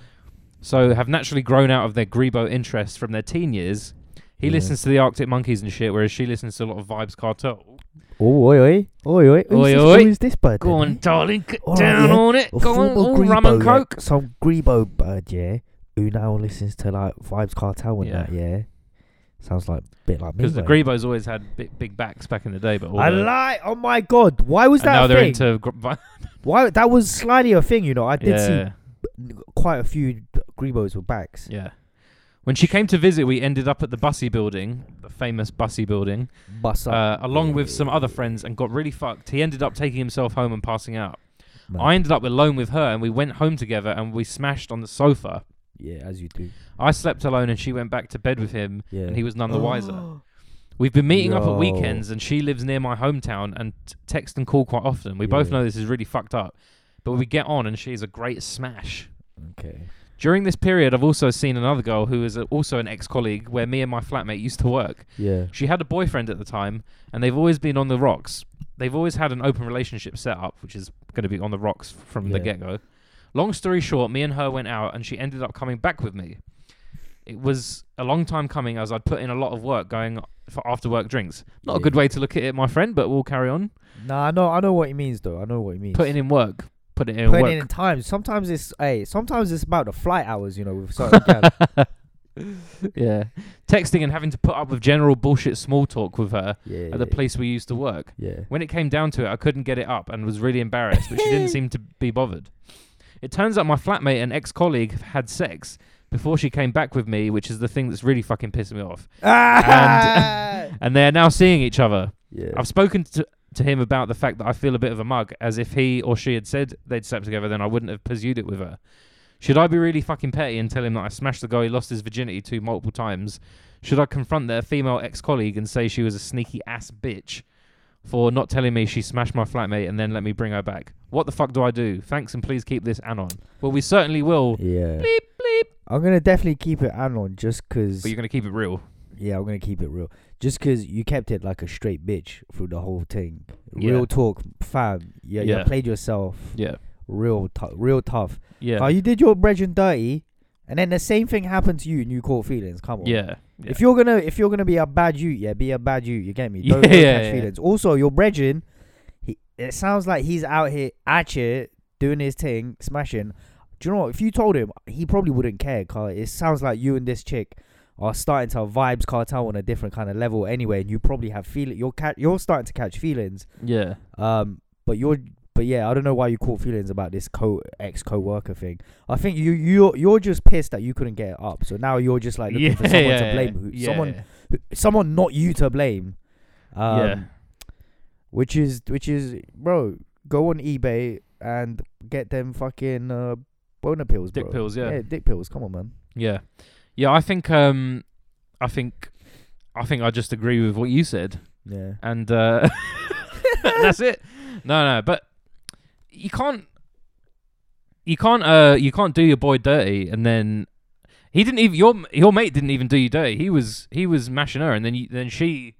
So have naturally grown out of their Grebo interests from their teen years. He Yeah. listens to the Arctic Monkeys and shit, whereas she listens to a lot of Vibes Cartel. Oh, oi, oi, oi, oi. Who's Oi, this, oi. Who's this bird? Go then, on, eh? darling, get All right, down yeah. on it. A Go on, former all rum and Grebo, yeah. coke. Some Grebo bird, yeah, who now listens to like Vibes Cartel and Yeah. that, yeah. Sounds like a bit like me. Because the mate. Grebos always had big, big backs back in the day, but all I the- lie. Oh my god, why was and now that a they're thing? into gr- why that was slightly a thing, you know. I did yeah, see quite a few Grebos with backs. yeah. When she came to visit, we ended up at the Bussy building, the famous Bussy building, Bus up, uh, along with some other friends, and got really fucked. He ended up taking himself home and passing out. man. I ended up alone with her, and we went home together, and we smashed on the sofa. yeah, as you do. I slept alone, and she went back to bed with him, Yeah, and he was none the [gasps] wiser. We've been meeting up at Yo. weekends, and she lives near my hometown and t- text and call quite often. We both Yeah. know this is really fucked up, but we get on, and she's a great smash. okay. During this period, I've also seen another girl who is a- also an ex colleague where me and my flatmate used to work. Yeah. She had a boyfriend at the time, and they've always been on the rocks. They've always had an open relationship set up, which is going to be on the rocks from the Yeah. get go. Long story short, me and her went out, and she ended up coming back with me. It was a long time coming as I'd put in a lot of work going for after work drinks. Not a Yeah. good way to look at it, my friend, but we'll carry on. Nah, I know. I know what he means, though. I know what he means. Putting in work. Put it in putting work. in time. Sometimes it's hey, sometimes it's about the flight hours, you [laughs] know, with certain guys. yeah. Texting and having to put up with general bullshit small talk with her Yeah. at the place we used to work. Yeah. When it came down to it, I couldn't get it up and was really embarrassed, but she didn't seem to be bothered. It turns out my flatmate and ex colleague had sex before she came back with me, which is the thing that's really fucking pissing me off. [laughs] And- And they're now seeing each other. yeah. I've spoken to, to him about the fact that I feel a bit of a mug, as if he or she had said they'd slept together, then I wouldn't have pursued it with her. Should I be really fucking petty and tell him that I smashed the guy he lost his virginity to multiple times? Should I confront their female ex colleague and say she was a sneaky ass bitch for not telling me she smashed my flatmate and then let me bring her back? What the fuck do I do? Thanks and please keep this anon. Well, we certainly will, yeah. I'm gonna definitely keep it anon just cause. but you're going to keep it real. yeah, I'm gonna keep it real. Just cause you kept it like a straight bitch through the whole thing. Yeah. Real talk, fam. Yeah, Yeah. you played yourself. Yeah. Real tough. Real tough. Yeah. How you did your brethren dirty, and then the same thing happened to you, and you caught feelings. Come on. yeah. Yeah. If you're gonna if you're gonna be a bad you, yeah, be a bad you. You get me? [laughs] Yeah, Don't, don't catch yeah, yeah. feelings. Also, your brethren, he it sounds like he's out here at you doing his thing, smashing. Do you know what? If you told him, he probably wouldn't care. Cause it sounds like you and this chick are starting to vibes cartel on a different kind of level anyway, and you probably have feel you're ca- you're starting to catch feelings. yeah. Um, but you're but yeah, I don't know why you caught feelings about this co ex co worker thing. I think you you you're just pissed that you couldn't get it up. So now you're just like looking for someone to blame, who, yeah, someone yeah. someone not you to blame. Um, Yeah. Which is which is bro, go on eBay and get them fucking uh boner pills, Dick bro. pills, yeah. dick pills. Come on, man. Yeah, yeah. I think um, I think, I think I just agree with what you said, Yeah. and uh, [laughs] that's it. No, no, but you can't, you can't, uh, you can't do your boy dirty, and then he didn't even your your mate didn't even do you dirty. He was he was mashing her, and then you, then she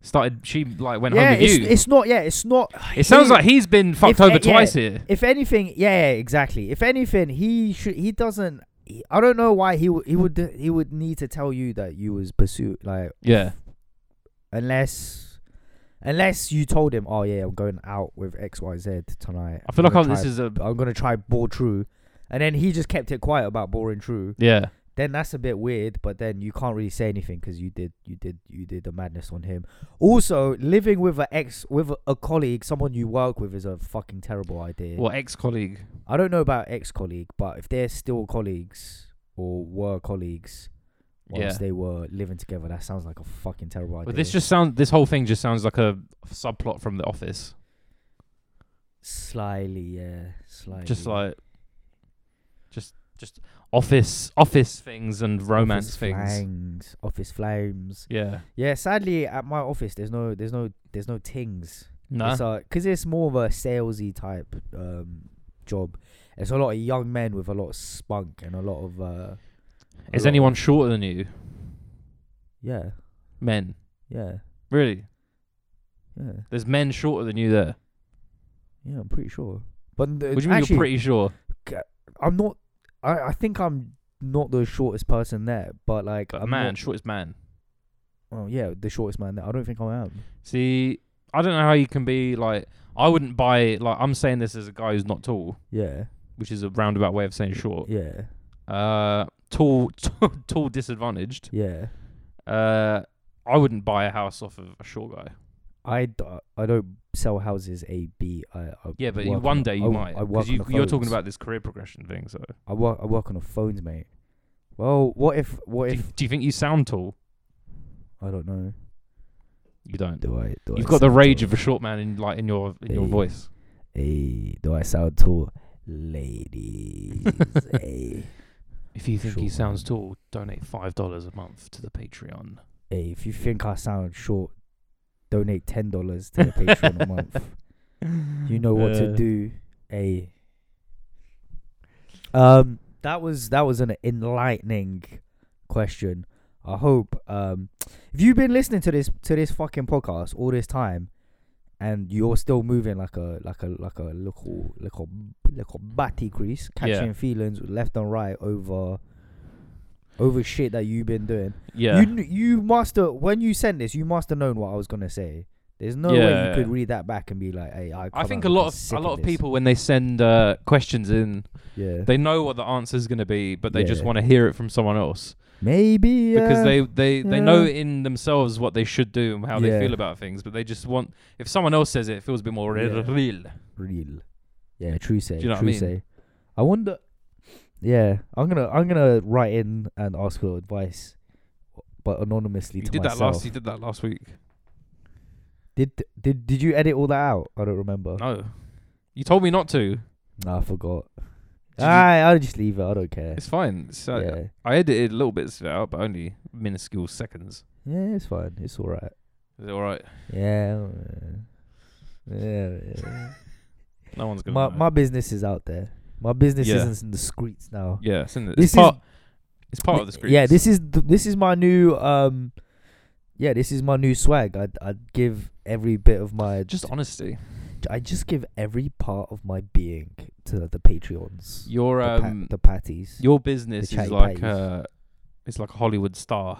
started. She like went yeah, home with it's, you. it's not. Yeah, it's not. it sounds like he's been fucked if- over eh, yeah. twice here. If anything, yeah, yeah, exactly. If anything, he should. He doesn't. he- I don't know why he would. He would. He would need to tell you that you was pursued. Like Yeah, unless Unless you told him, oh yeah, I'm going out with X Y Z tonight. I feel like gonna i this try- is a I'm gonna try bore true, and then he just kept it quiet about boring true. yeah. Then that's a bit weird, but then you can't really say anything because you did, you did, you did the madness on him. Also, living with a ex, with a- a colleague, someone you work with, is a fucking terrible idea. Well, ex-colleague. I don't know about ex colleague, but if they're still colleagues or were colleagues whilst Yeah. they were living together, that sounds like a fucking terrible idea. But this just sounds. This whole thing just sounds like a subplot from The Office. slyly, yeah, slyly. Just like, just just office office things and romance office things. flangs, office flames. Yeah. Yeah, sadly, at my office, there's no, there's no, there's no tings. No. It's because it's more of a salesy type um, job. It's a lot of young men with a lot of spunk and a lot of. Uh, a lot Is of- anyone shorter than you? Yeah, Men. yeah, Really? yeah, There's men shorter than you there. yeah. I'm pretty sure. But What do you mean actually, you're pretty sure? I'm not. I, I think I'm not the shortest person there, but like But I'm man, Not, shortest man. oh yeah, the shortest man there. I don't think I am. See, I don't know how you can be like. I wouldn't buy like. I'm saying this as a guy who's not tall, Yeah, which is a roundabout way of saying short. yeah, Uh, tall, [laughs] tall, disadvantaged. yeah. Uh, I wouldn't buy a house off of a short guy. I, d- I don't sell houses A B. I, I Yeah, but work you, on one the- day I, you might. I work Because you, on the you're talking phones. about this career progression thing. So, I work I work on the phones, mate. Well, what if what do you, if do you think you sound tall? I don't know? You don't. Do I? Do You've I got the sound rage tall? of a short man in like in your in your Hey. voice. Hey, do I sound tall, [laughs] ladies? hey. If you think he Short sounds man. tall, donate five dollars a month to the Patreon. hey, if you think I sound short, donate ten dollars to the Patreon a month. You know what to [laughs] Uh, do. Hey. Um that was that was an enlightening question. I hope um if you've been listening to this to this fucking podcast all this time and you're still moving like a like a like a little little little batty crease, Yeah. catching feelings left and right over over shit that you've been doing. Yeah. You kn- you must have when you sent this, you must have known what I was gonna say. There's no way Yeah. you could read that back and be like, "Hey, I." I come think out a lot looking of sick a lot of this." people when they send uh, questions in, Yeah. they know what the answer is going to be, but they just Yeah. want to hear it from someone else Maybe uh, because yeah. they they they know yeah. in themselves what they should do and how they Yeah. feel about things, but they just want if someone else says it, it feels a bit more Yeah. real. real. Yeah, true say. Do you know what I true mean? say. I wonder. Yeah, I'm gonna I'm gonna write in and ask for advice, but anonymously You to did myself. that last. You did that last week. Did did did you edit all that out? I don't remember. No, you told me not to. Nah, I forgot. you- I I'll just leave it. I don't care. It's uh, fine. So Ah, yeah, I edited little bits of it out, but only minuscule seconds. yeah, it's fine. It's all right. Is it all right? Yeah. uh, Yeah. yeah. No one's gonna. my know. my business is out there. My business Yeah. isn't in the streets now. yeah, it's, in the, this it's part. It's part of the script. Yeah, this is th- this is my new um yeah, this is my new swag. I I give every bit of my just honesty. I just give every part of my being to the Patreons. Your the, pa- um, the patties. your business is chatty like patties. uh, it's like a Hollywood star.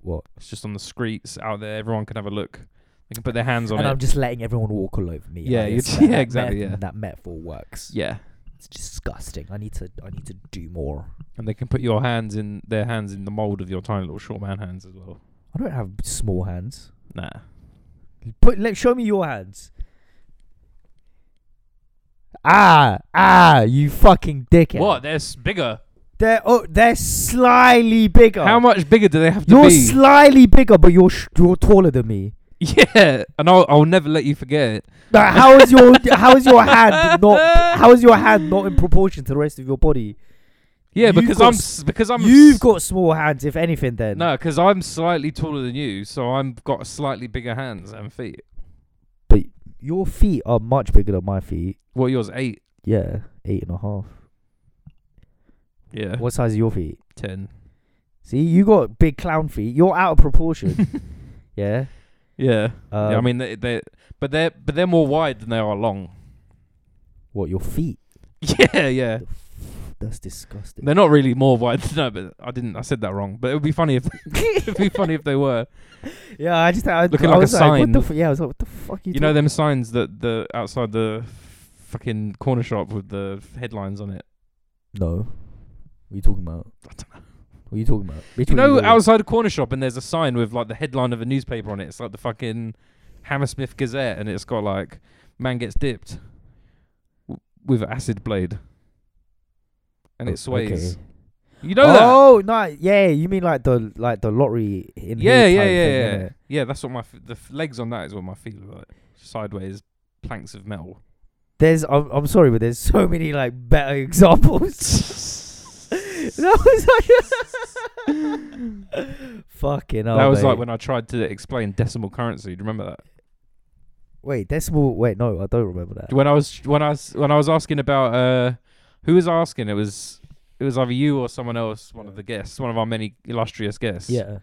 what? It's just on the streets out there. Everyone can have a look. They can put their hands on And it. I'm just letting everyone walk all over me. Yeah, I you- [laughs] guess yeah, exactly, That, yeah. that metaphor works. yeah, It's disgusting. I need to I need to do more. and they can put your hands in their hands in the mold of your tiny little short man hands as well. I don't have small hands. Nah, Put let show me your hands. Ah, ah, you fucking dickhead. what? They're s- bigger. They're oh, they're slyly bigger. How much bigger do they have to Oh. You're be? slyly bigger, but you're sh- you're taller than me. [laughs] yeah, and I'll I'll never let you forget it. But how is your how is your hand not how is your hand not in proportion to the rest of your body? Yeah, You've because got I'm s- s- because I'm You've s- got small hands, if anything. Then no, because I'm slightly taller than you, so I'm got slightly bigger hands and feet. your feet are much bigger than my feet. What are yours? Eight. Yeah, eight and [laughs] a half. Yeah, What size are your feet? ten. See, you got big clown feet. You're out [laughs] of proportion. yeah. Yeah. Um, yeah, I mean they they but they're but they're more wide than they are long. what your feet? [laughs] Yeah, yeah. The f- That's disgusting. They're not really more [laughs] white. No, but I didn't. I said that wrong. But it would be funny if [laughs] it'd be funny if they [laughs] were. [laughs] yeah, I just I, Looking I like a was What sign. the f- yeah, I was like, what the fuck? You, You know talking- them signs that the outside the fucking corner shop with the headlines on it. No. What are you talking about? What are you talking about? Bitch, You what are know talking outside a corner shop and there's a sign with like the headline of a newspaper on it. It's like the fucking Hammersmith Gazette and it's got like man gets dipped w- with acid blade. And Oh, it sways. okay. You know about? that? Oh no, yeah, you mean like the like the lottery in yeah, yeah, here type yeah, thing, yeah. innit? Yeah, that's what my f- the f- legs on that is what my feet look like. Sideways planks of metal. There's I'm, I'm sorry, but there's so many like better [laughs] examples. [laughs] that was like [laughs] fucking. that was like when I tried to explain decimal currency. Do you remember that? wait decimal. Wait, no, I don't remember that. When I was when I was when I was asking about uh, who was asking? It was it was either you or someone else, one of the guests, one of our many illustrious guests. Yeah.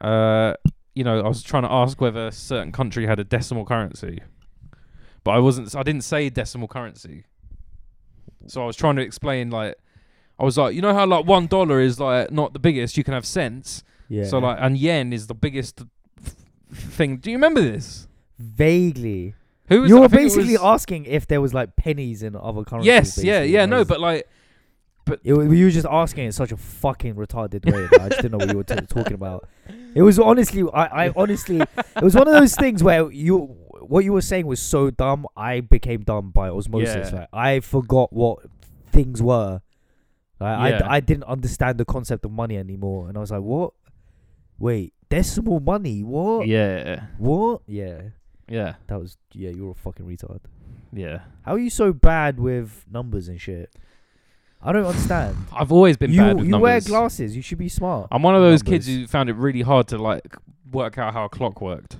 Uh, you know, I was trying to ask whether a certain country had a decimal currency, but I wasn't. I didn't say decimal currency, so I was trying to explain like. I was like, you know how like one dollar is like not the biggest. You can have cents. Yeah. So like, and yen is the biggest f- thing. Do you remember this? vaguely, Who was you I were think it basically was- asking if there was like pennies in other currencies. Yes, yeah, basically, yeah, and I no, was- but like, It, wa- you were just asking in such a fucking retarded way. that I just didn't know what you were t- talking about. It was honestly, I, I honestly, it was one of those things where you, what you were saying was so dumb. I became dumb by osmosis. Yeah. Like, I forgot what things were. Like, Yeah. I, I didn't understand the concept of money anymore, and I was like, what? Wait, decimal money? What? yeah, What? Yeah, yeah, that was yeah. You were a fucking retard. yeah. How are you so bad with numbers and shit? I don't understand. I've always [laughs] been you bad with you numbers. wear glasses. You should be smart. I'm one of with those kids numbers. who found it really hard to like work out how a clock worked.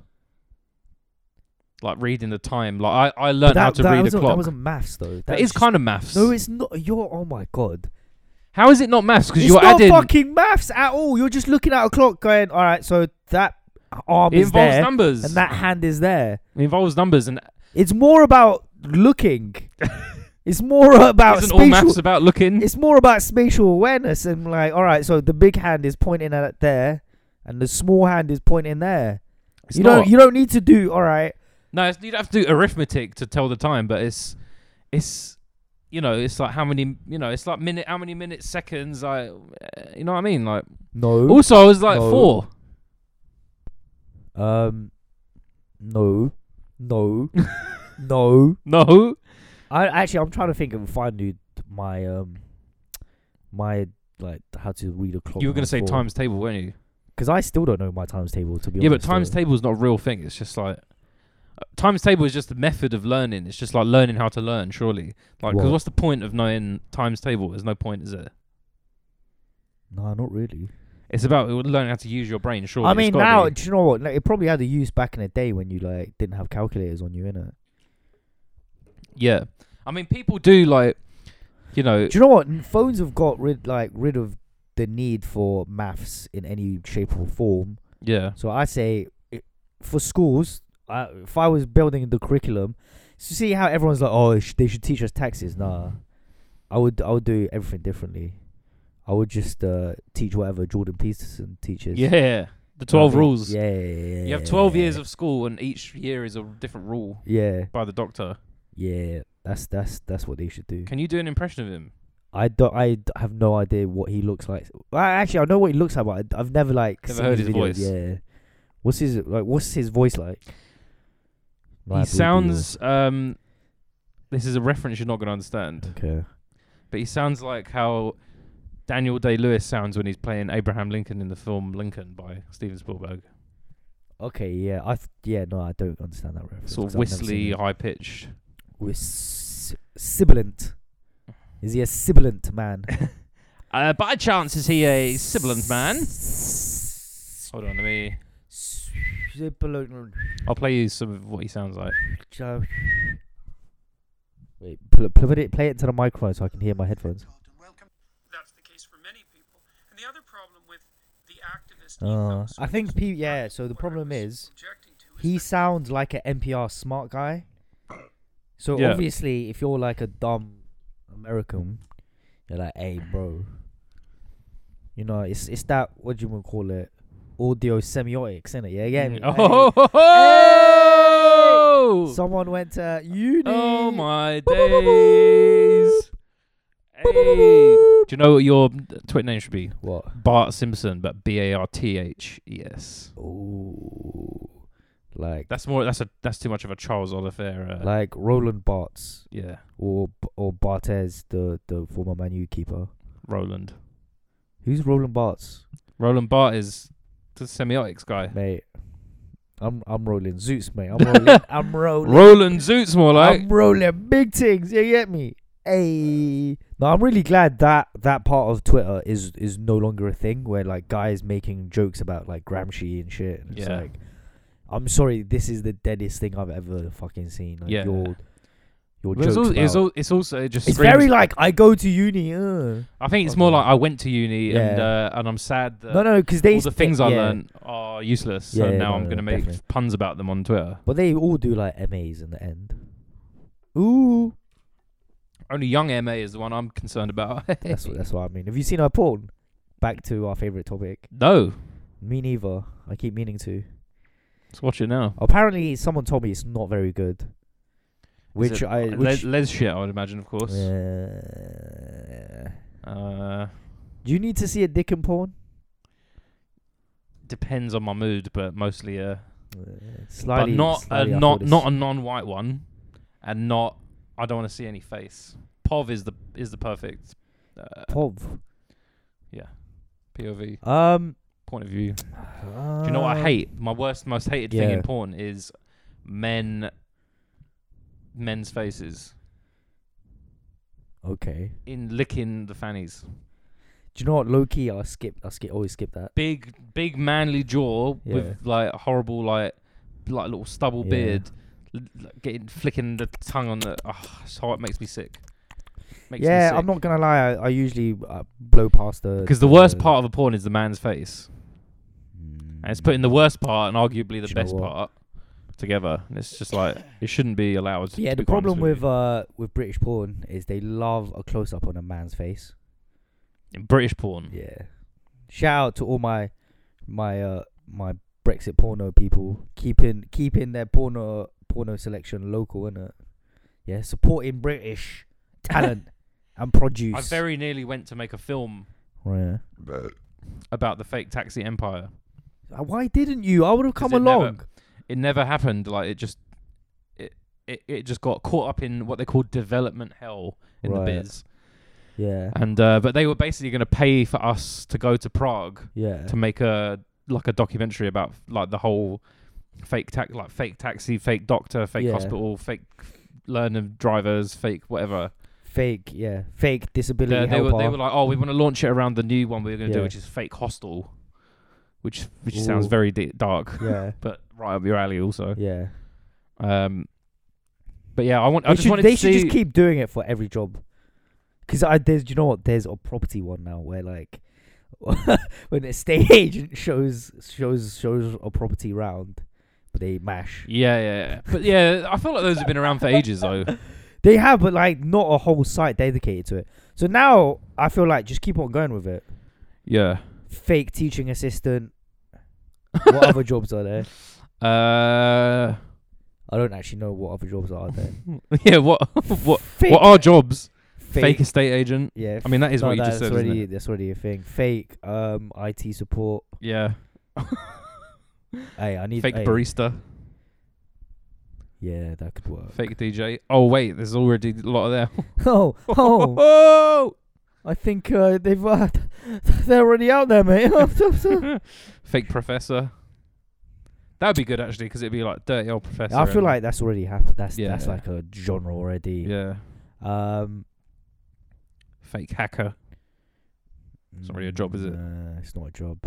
Like reading the time, like I I But learned how to read a wasn't- That clock. wasn't maths though. that is kind of maths. No, it's not. You're. Oh my god. how is it not maths? Because It's you're not adding. fucking maths at all. You're just looking at a clock, going, "All right, so that arm it is involves there, numbers. and that hand is there." it involves numbers, and It's more about looking. [laughs] it's more about isn't all spatial. maths about looking? it's more about spatial awareness and like, all right, so the big hand is pointing at there, and the small hand is pointing there. It's you not. don't. You don't need to do. All right. No, it's, you don't have to do arithmetic to tell the time, but it's it's you know it's like how many you know it's like minute how many minutes seconds I you know what I mean like No. also I was like No. four Um, no, [laughs] no, no. no I actually I'm trying to think and find you my um my like how to read a clock. you were gonna say times table weren't you because I still don't know my times table to be yeah but honest. times table. table is not a real thing it's just like uh, times table is just a method of learning it's just like learning how to learn surely like because What? what's the point of knowing times table there's no point is it No, not really. it's about learning how to use your brain surely I It's mean gotta now, be. do you know what? Like, it probably had a use back in the day when you like didn't have calculators on you, innit? Uh, yeah I mean people do like you know Do you know what? N- Phones have got rid like rid of the need for maths in any shape or form. yeah So I say i- for schools, I, if I was building the curriculum, so see how everyone's like, oh, sh- they should teach us taxes. Nah, I would I would do everything differently. I would just uh, teach whatever Jordan Peterson teaches. Yeah, the I twelve think- rules. Yeah, yeah, You have twelve years of school, and each year is a different rule Yeah, by the doctor. yeah. That's that's that's what they should do. Can you do an impression of him? I don't. I d- have no idea what he looks like. Well, actually, I know what he looks like, but I, have never like Never seen heard his videos. voice. Yeah. What's his like? What's his voice like? he Like, blah, blah, blah. sounds. Um, this is a reference you're not going to understand, okay. but he sounds like how Daniel Day Lewis sounds when he's playing Abraham Lincoln in the film Lincoln by Steven Spielberg. Okay, yeah, I th- yeah, no, I don't understand that reference. Sort of 'cause I've never seen whistly, it. high pitched. Whis- sibilant. Is he a [laughs] sibilant man? Uh, by chance, is he a sibilant man? S- Hold on, let me. Sibilant. I'll play you some of what he sounds like. Wait, pl- pl- put it, play it into the microphone so I can hear my headphones. That's the case for many people. And the other problem with the activist Uh, ethos I think was pe- yeah, so the what I problem was is objecting to is He that sounds like an NPR smart guy. So Yeah. obviously, if you're like a dumb American, You're like, hey, bro. You know, it's it's that what do you want to call it? Audio semiotics, innit? Yeah, yeah. [laughs] Oh, Someone went to uni. oh my Boop, boop, boop, days. boop. Boop, boop, Hey. Do boop. you know what your Twitter name should be? What? Bart Simpson, but B A R T H E S. Ooh, like That's more. That's a. That's too much of a Charles Oliveira. like Roland Barthes yeah, or B- or Barthez, the the former Man U keeper. Roland. Who's Roland Barthes, Roland Bart is the semiotics guy. mate? I'm I'm rolling Zeus, mate. I'm [laughs] rolling. I'm rolling. Roland Zoots, more like. I'm rolling big things. You get me? Hey. No, I'm really glad that that part of Twitter is is no longer a thing where like guys making jokes about like Gramsci and shit. And it's Yeah. like I'm sorry, this is the deadest thing I've ever fucking seen. Like Yeah. your your But it's, jokes. al- it's, about- al- it's also it just. It's screams- very like I go to uni. Uh. I think it's more like I went to uni and Yeah. uh, and I'm sad that No, no, because they all the things yeah, I learned are useless. Yeah, so yeah, now no, I'm no, gonna make definitely. puns about them on Twitter. But they all do like MAs in the end. Ooh, Only young MA is the one I'm concerned about. [laughs] that's what that's what I mean. Have you seen our porn? Back to our favorite topic. no, Me neither. I keep meaning to. let's watch it now. Apparently, someone told me it's not very good. Which it- I Les, which Les shit, I would imagine, of course. Uh, Uh, do you need to see a dick in porn? depends on my mood, but mostly uh, Uh, but slightly, not a slightly I not thought not a it's- non-white one, and not I don't want to see any face. Pov is the is the perfect. Uh, pov. yeah, POV Um, point of view. Do you know what I uh, hate? My worst, most hated thing yeah. in porn is men. Men's faces uh, Okay. in licking the fannies. Do you know what? Low key, I skip. I skip. Always skip that. Big, big manly jaw Yeah. with like horrible like like little stubble Yeah. beard, l- like, getting flicking the tongue on the. Oh, it's how it makes me sick. Makes me yeah, I'm sick. not gonna lie. I, I usually uh, blow past the Because the worst part of a porn is the man's face. And it's Mm. putting the worst part and arguably Do the you know best what? part together. And it's just like, it shouldn't be allowed. Yeah, to the be quite honest problem with you. uh with British porn is they love a close up on a man's face. In British porn. uh, Yeah. Shout out to all my my uh my Brexit porno people keeping keeping their porno porno selection local, innit? Yeah, supporting [laughs] British talent and produce. I very nearly went to make a film yeah. about the fake taxi empire. Uh, Why didn't you? I would have 'Cause come it never- along. It never happened. Like, it just. It, it, it just got caught up in what they call development hell in Right. the biz, Yeah. and uh, but they were basically going to pay for us to go to Prague Yeah. to make a like a documentary about like the whole fake tax like fake taxi fake doctor fake Yeah. hospital fake learner drivers fake whatever Fake, yeah. Fake disability they, they helper. were they were like oh we want to launch it around the new one we were going to Yeah. do which is fake hostel which which sounds Ooh. very d- dark [laughs] yeah. but right up your alley also Yeah. um but yeah i want i They just should- wanted they to should see just keep doing it for every job. Because I there's you know what there's a property one now where like [laughs] when a estate [laughs] agent shows shows shows a property round, but they mash. yeah, yeah, yeah. But yeah, I feel like those have been around for ages, though. They have, but like not a whole site dedicated to it. So now I feel like just keep on going with it. Yeah. Fake teaching assistant. what [laughs] other jobs are there? Uh, [laughs] I don't actually know what other jobs are there. yeah. What? [laughs] what? Fake, What are jobs? Fake estate agent. Yeah. I mean, that is no, what you that's just said. isn't already it? that's already a thing. Fake um IT support. Yeah. Hey, I need Fake hey, barista. Yeah, that could work. Fake DJ. Oh wait, there's already a lot of there. [laughs] Oh, oh! [laughs] Oh. I think uh, they've uh, [laughs] they're already out [laughs] there, mate. [laughs] Fake professor. That'd be good actually, because it'd be like dirty old professor. I feel and- like that's already happened. That's Yeah. that's like a genre already. yeah. Um, Fake hacker. It's not really a job, is it? Nah, it's not a job.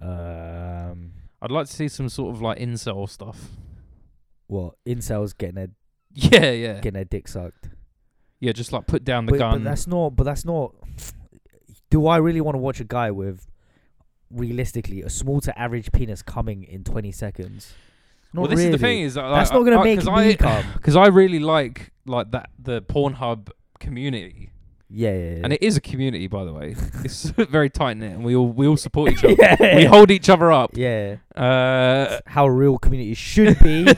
Um, I'd like to see some sort of like incel stuff. [laughs] what incels getting their Yeah, yeah, getting their dick sucked? yeah. Just like put down the but, gun. but that's not. But that's not. Do I really want to watch a guy with? Realistically, a small to average penis coming in 20 seconds. Not well, this really. is the thing is that, like, That's not going to I- [laughs] make 'cause me I, come. because I really like like that the Pornhub community. [laughs] Yeah, yeah, yeah. And it is a community, by the [laughs] way. it's [laughs] very tight knit, and we all we all support each other. Yeah. We hold each other up. yeah. Uh, How real community should [laughs] be.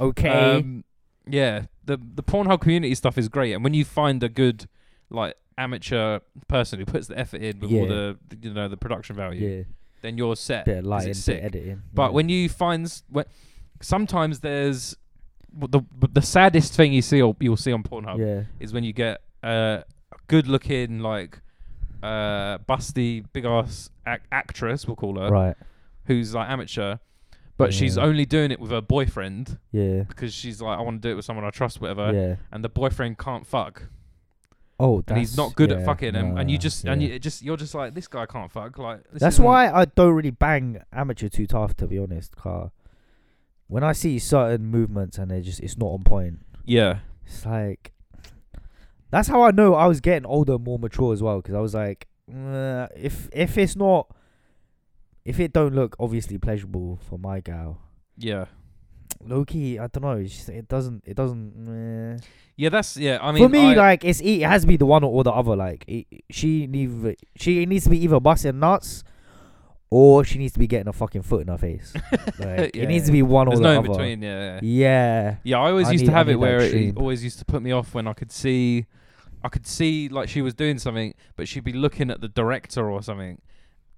okay. Um, yeah, the the Pornhub community stuff is great, and when you find a good like amateur person who puts the effort in with all Yeah. the you know the production value, yeah. then you're set. Bit of 'cause lighting, it's bit of sick. editing. But yeah. when you find s- when, sometimes there's w- the the saddest thing you see or you'll see on Pornhub [laughs] yeah, is when you get uh, a good looking like uh, busty big ass ac- actress we'll call her right, who's like amateur, but she's Yeah. only doing it with her boyfriend yeah, because she's like, I want to do it with someone I trust, whatever. yeah. And the boyfriend can't fuck, Oh, and he's that's- not good yeah, at fucking, um, and, and nah, you just yeah. and you it just you're just like, this guy can't fuck. Like this That's isn't- why I don't really bang amateur too tough, to be honest, car. When I see certain movements and they're just it's not on point, Yeah, it's like that's how I know I was getting older, and more mature as well, because I was like, "Nah, if if it's not, if it don't look obviously pleasurable for my gal, yeah, low key, I don't know, it's just, it doesn't, it doesn't. meh. yeah. That's yeah. I mean, for me, I- like it's e- it has to be the one or, or the other. Like it, she neither she needs to be either busting nuts, or she needs to be getting a fucking foot in [laughs] her face. Like, Yeah, it needs yeah. to be one there's or no in the other. between. Yeah, yeah. Yeah, Yeah, I always I used need- to I have need it that where it extreme. always used to put me off when I could see, I could see like she was doing something, but she'd be looking at the director or something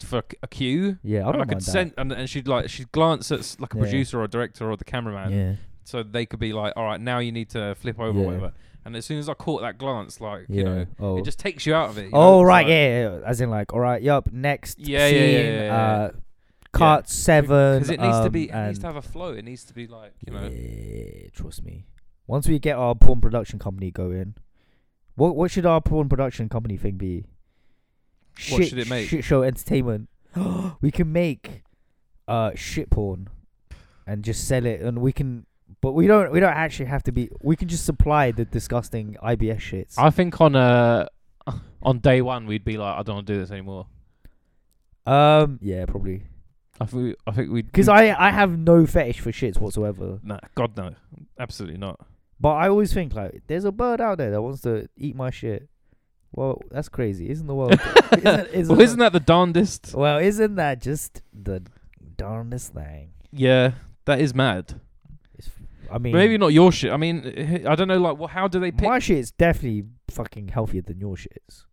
for c- a cue. yeah. I and don't I mind could that. sense, and, and she'd like she'd glance at s- like a Yeah. producer or director or the cameraman, Yeah, so they could be like, "All right, now you need to flip over, or Yeah. whatever." And as soon as I caught that glance, like yeah. you know, oh. it just takes you out of it. you know? oh It's right, like- yeah, yeah, yeah. As in like, all right, yup. Next Yeah, yeah, scene, yeah, yeah, yeah. uh, cut seven. because it needs to um, be, it needs and- to have a flow. It needs to be like you know, Yeah, trust me. Once we get our porn production company going, what what should our porn production company thing be? What should it make? Shit show entertainment. [gasps] we can make uh shit porn and just sell it, and we can. But we don't. We don't actually have to be. We can just supply the disgusting IBS shits. I think on uh [laughs] on day one we'd be like, I don't want to do this anymore. um. Yeah, probably. I think we, I think we'd Because I I have no fetish for shits whatsoever. [laughs] nah, God no, absolutely not. But I always think like, there's a bird out there that wants to eat my shit. Well, that's crazy, isn't the [laughs] world? isn't, isn't well, the- isn't that the darndest? Well, isn't that just the darndest thing? Yeah, that is mad. It's, I mean, Maybe not your shit. I mean, eh, I don't know. Like, well, how do they pick? my shit's definitely fucking healthier than your shit's.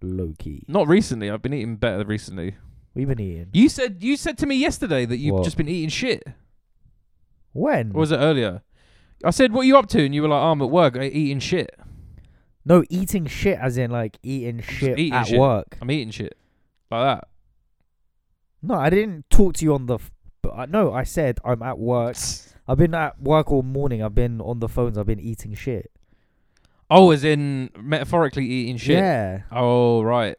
Low key. Not recently. I've been eating better recently. We've been eating. You said you said to me yesterday that you've What? just been eating shit. when? Or was it earlier? I said, "What are you up to?" And you were like, oh, "I'm at work, I- eating shit. no, eating shit, as in like eating shit eating at shit. work. I'm eating shit like No, I didn't talk to you on the. F- but I, no, I said I'm at work. that." I've been at work all morning. I've been on the phones. I've been eating shit. Oh, as in metaphorically eating shit. Yeah. Oh right.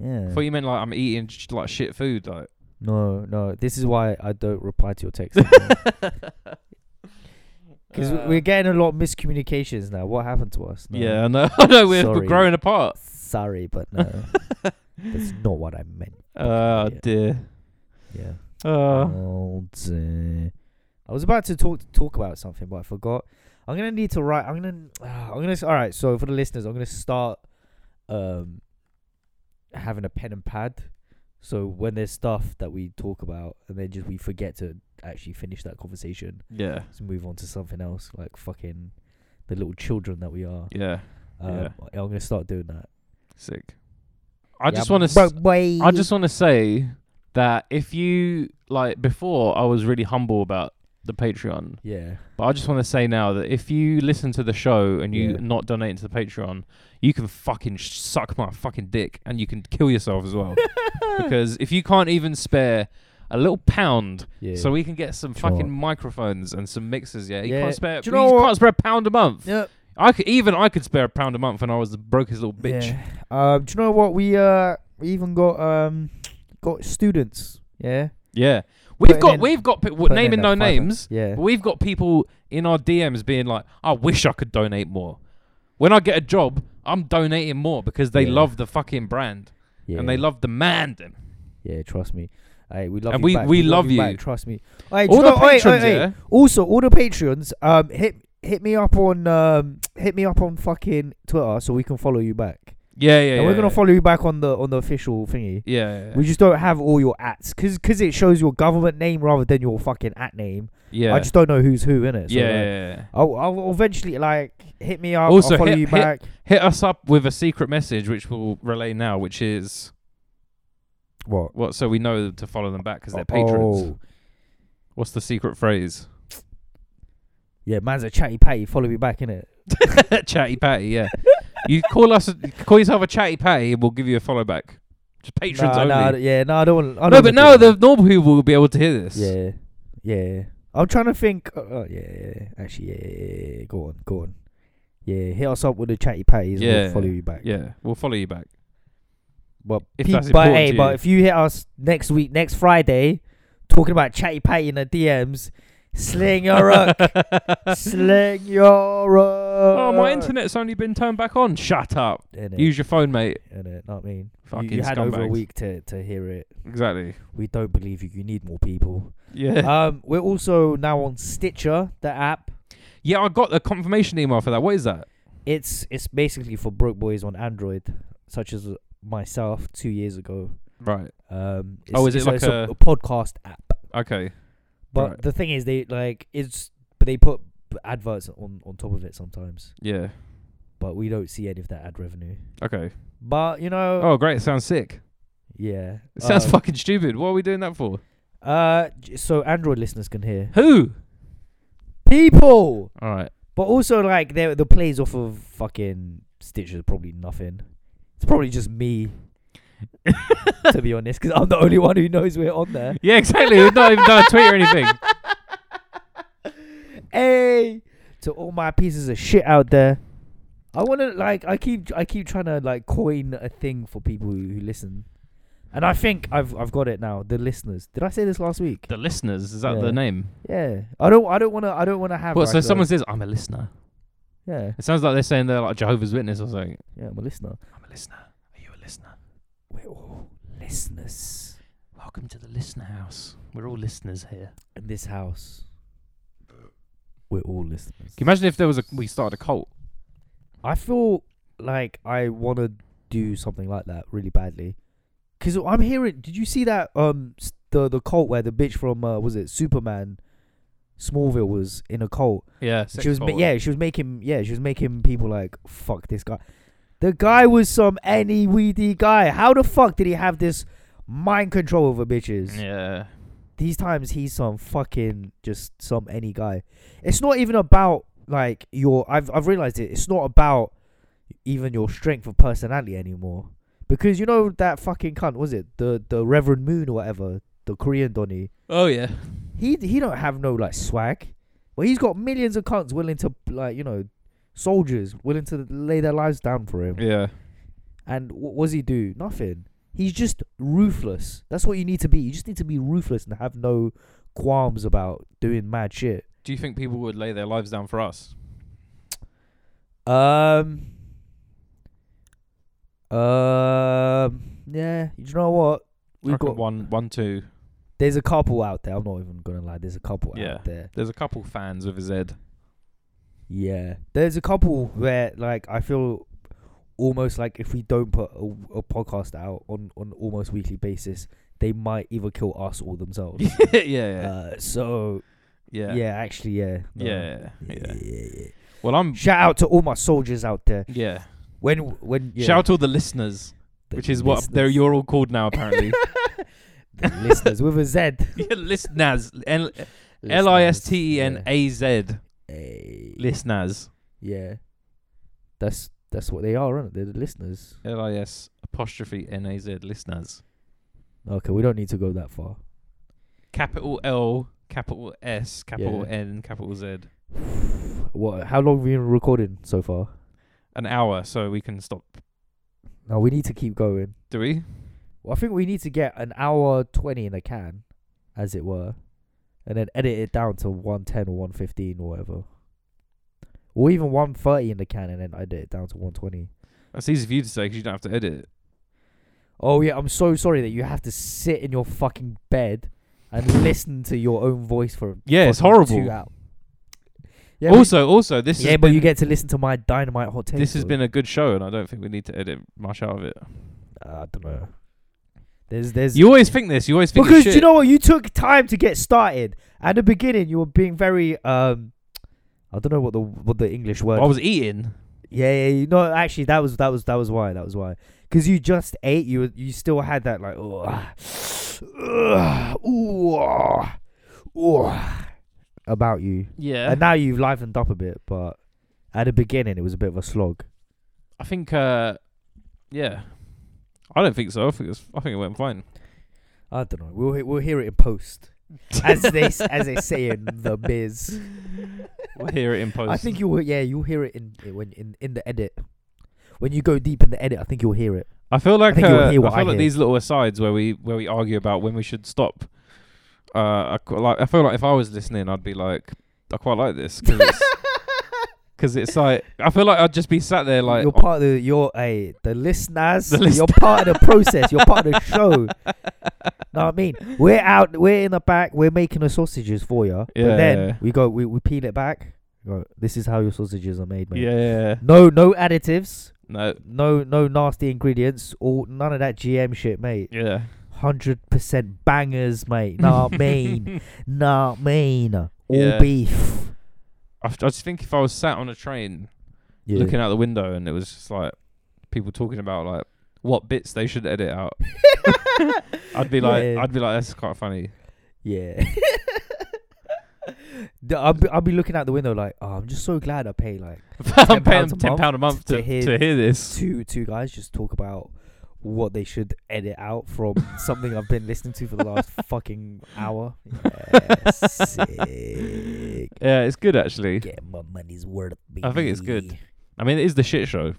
Yeah. I thought you meant like I'm eating sh- like shit food. Like no, no. This is why I don't reply to [laughs] your text. anymore. Because Uh, we're getting a lot of miscommunications now. What happened to us? No. yeah, I know. [laughs] I know we're, we're Sorry. growing apart. Sorry, [laughs] but no. That's not what I meant. Oh Yeah. dear. Yeah. Oh. Oh, dear. I was about to talk talk about something, but I forgot. I'm gonna need to write. I'm gonna. [sighs] I'm gonna. All right. So for the listeners, I'm gonna start um having a pen and pad. So when there's stuff that we talk about, and then just we forget to actually finish that conversation, Yeah. let's move on to something else, like fucking the little children that we are. Yeah. Um, yeah. I'm gonna start doing that. Sick. I just want to. I just want to say that if you like before, I was really humble about the Patreon, Yeah. but I just want to say now that if you listen to the show and you Yeah. not donating to the Patreon, you can fucking sh- suck my fucking dick and you can kill yourself as [laughs] well because if you can't even spare a little pound Yeah. so we can get some Do you know fucking what? microphones and some mixers yeah you Yeah. can't spare Do you, you know what? can't spare a pound a month Yep. i could even i could spare a pound a month when i was the brokest little bitch Yeah. Um, do you know what we uh we even got um got students. Yeah. Yeah, we've Putting got in- we've got people putting naming in no that fiver. names. Yeah. But we've got people in our DMs being like, "I wish I could donate more." When I get a job, I'm donating more because they Yeah. love the fucking brand yeah. and they love the man. Then Yeah. Trust me. Hey, we love And you. we- back. we love back, you. Trust me. Hey, do all you the know- hey, hey, patrons, hey. yeah, Also, all the patrons. Um, hit hit me up on um, hit me up on fucking Twitter so we can follow you back. Yeah, yeah, and yeah, we're gonna yeah. follow you back on the on the official thingy. Yeah, yeah, yeah. We just don't have all your ats because it shows your government name rather than your fucking at name. yeah. I just don't know who's who in it. yeah, like, yeah, yeah. I'll, I'll eventually like hit me up. Also, I'll follow hit- you hit- back. Hit us up with a secret message, which we'll relay now, which is What? what, so we know to follow them back because they're patrons. Oh. What's the secret [laughs] phrase? Yeah, man's a chatty patty. Follow me back in it. chatty patty. Yeah, you call us, call yourself a chatty patty, and we'll give you a follow back. Just patrons nah, only. nah, yeah, no, I don't want. I no, don't but now wanna do the normal people will be able to hear this. that. Yeah, yeah. I'm trying to think. Oh, oh, yeah, yeah, yeah. Actually, yeah, yeah, yeah, yeah. Go on, go on. Yeah, hit us up with the chatty patties. Yeah, Yeah, we'll follow you back. yeah, we'll follow you back. But If pe- that's but important hey, to you. but if you hit us next week, next Friday, talking about chatty patty in the DMs, [laughs] sling your rook, sling your rook. Oh, my internet's only been turned back on. Shut up. Innit? Use your phone, mate. in it. Not mean. You, Fucking you had over a scumbags. week to, to hear it. Exactly. We don't believe you. You need [laughs] more people. Yeah. um, we're also now on Stitcher, the app. yeah, I got the confirmation email for that. What is that? It's it's basically for broke boys on Android, such as myself two years ago. Right. Um, it's, Oh, is it it's like it's a- podcast app? Okay. But Right. the thing is, they like it's but they put b- adverts on on top of it sometimes. Yeah. But we don't see any of that ad revenue. Okay. But you know, Oh, great. It sounds sick. yeah, It sounds um, fucking stupid. What are we doing that for? Uh, j- so Android listeners can hear Who? people. All right. But also, like, the the plays off of fucking Stitch is probably nothing. It's probably just me, to be honest, because I'm the only one who knows we're on there. Yeah, exactly. We've not even done a tweet or anything. Hey, to all my pieces of shit out there, I want to like, I keep, I keep trying to like coin a thing for people who, who listen, and I think I've, I've got it now. The listeners. Did I say this last week? [laughs] The listeners. Is that Yeah. the name? Yeah. I don't, I don't want to, I don't want to have. Well, like, so a- someone says, I'm a listener. Yeah, It sounds like they're saying they're like Jehovah's Witness or something. yeah, I'm a listener. I'm a listener. Are you a listener? We're all listeners Welcome to the listener house. We're all listeners here. in this house. We're all listeners. Can you imagine if there was a we started a cult? I feel like I want to do something like that really badly. Cause I'm hearing. Did you see that? Um, s- the the cult where the bitch from uh, was it Superman, Smallville was in a cult. Yeah, she was ma- yeah, she was making yeah, she was making people like fuck this guy. The guy was some any weedy guy. How the fuck did he have this mind control over bitches? Yeah. these times he's some fucking just some any guy. It's not even about like your I've I've realized it. It's not about even your strength of personality anymore. Because you know that fucking cunt was it the the Reverend Moon or whatever the Korean Donny. Oh yeah. He he don't have no like swag. Well, he's got millions of cunts willing to like you know soldiers willing to lay their lives down for him. Yeah. And what does he do? Nothing. He's just ruthless. That's what you need to be. You just need to be ruthless and have no qualms about doing mad shit. Do you think people would lay their lives down for us? Um. Um. Yeah. You know what? We We've have got. got one, one, two. There's a couple out there. I'm not even gonna lie. There's a couple Yeah. out there. There's a couple fans with his [laughs] head. Yeah. There's a couple where like I feel almost like if we don't put a, a podcast out on on almost weekly basis, they might either kill us or themselves. yeah, [laughs] yeah, Uh, so yeah, yeah. actually, yeah, no. yeah, yeah, yeah. yeah, yeah. Well, I'm. Shout out to all my soldiers out there. Yeah. When, when, yeah, Shout out to all the listeners, the which is what they're listeners. you're all called now apparently. The [laughs] listeners with a Z. yeah, [laughs] listeners. L Listeners, I S T E N yeah. A Z. Ay, Listeners. Yeah, that's that's what they are, aren't they? They're the listeners. L I S apostrophe N A Z. Listeners. Okay, we don't need to go that far. Capital L, capital S, capital Yeah. N, capital Z. What? How long have we been recording so far? An hour, so we can stop. No, we need to keep going. Do we? Well, I think we need to get an hour twenty in the can, as it were, and then edit it down to one ten or one fifteen or whatever, or even one thirty in the can, and then edit it down to one twenty. That's easy for you to say 'cause you don't have to edit it. Oh yeah, I'm so sorry that you have to sit in your fucking bed and listen to your own voice for Yeah, it's fucking horrible. Two hours. Yeah, but- also, also, this yeah, has but you been- get to listen to my dynamite hot take. this has though. been a good show, and I don't think we need to edit much out of it. I don't know. There's there's You always think this. You always think it's because you shit. know what you took time to get started at the beginning. You were being very um, I don't know what the what the English word. I was eating. yeah, yeah, you know actually that was that was that was why that was why because you just ate. You were- you still had that like oh, ooh, ah, ooh, ah about you, Yeah. and now you've livened up a bit. But at the beginning, it was a bit of a slog. I think. uh Yeah. I don't think so. I think it's, I think it went fine. I don't know. We'll he- we'll hear it in post. as they s- as they say in [laughs] the biz. [laughs] We'll hear it in post. I think you will. Yeah, you'll hear it in in- when in in the edit. When you go deep in the edit, I think you'll hear it. I feel like think you'll uh, I hear feel what I like hear. these little asides where we where we argue about when we should stop. Uh, I, qu- like I feel like if I was listening, I'd be like, I quite like this because [laughs] it's, [laughs] 'cause it's like I feel like I'd just be sat there like oh. you're [laughs] part of the you're a the listeners. The list- you're part of the process. You're part of [laughs] the show. know what I mean? We're out. We're in the back. We're making the sausages for you. Yeah, but then yeah, yeah. we go. We we peel it back. Go, this is how your sausages are made, mate. yeah, No no additives. no, No no nasty ingredients. All none of that GM shit, mate. yeah. hundred percent bangers, mate. Nah, mean, nah, mean. All Yeah. beef. [laughs] I, f- I just think if I was sat on a train looking out the window and it was just like people talking about like what bits they should edit out, [laughs] I'd be like, Yeah. I'd be like, that's quite funny. [laughs] yeah. [laughs] The- I'll be, I'll be looking out the window like, oh, I'm just so glad I pay like I'm paying pounds a ten month pound a month to, to, to hear, hear- this. two two guys just talk about what they should edit [laughs] out from something I've been listening to for the last fucking hour. Yeah, sick. Yeah, it's good actually. Get my money's worth. I think it's good. baby. I mean, it is the shit show.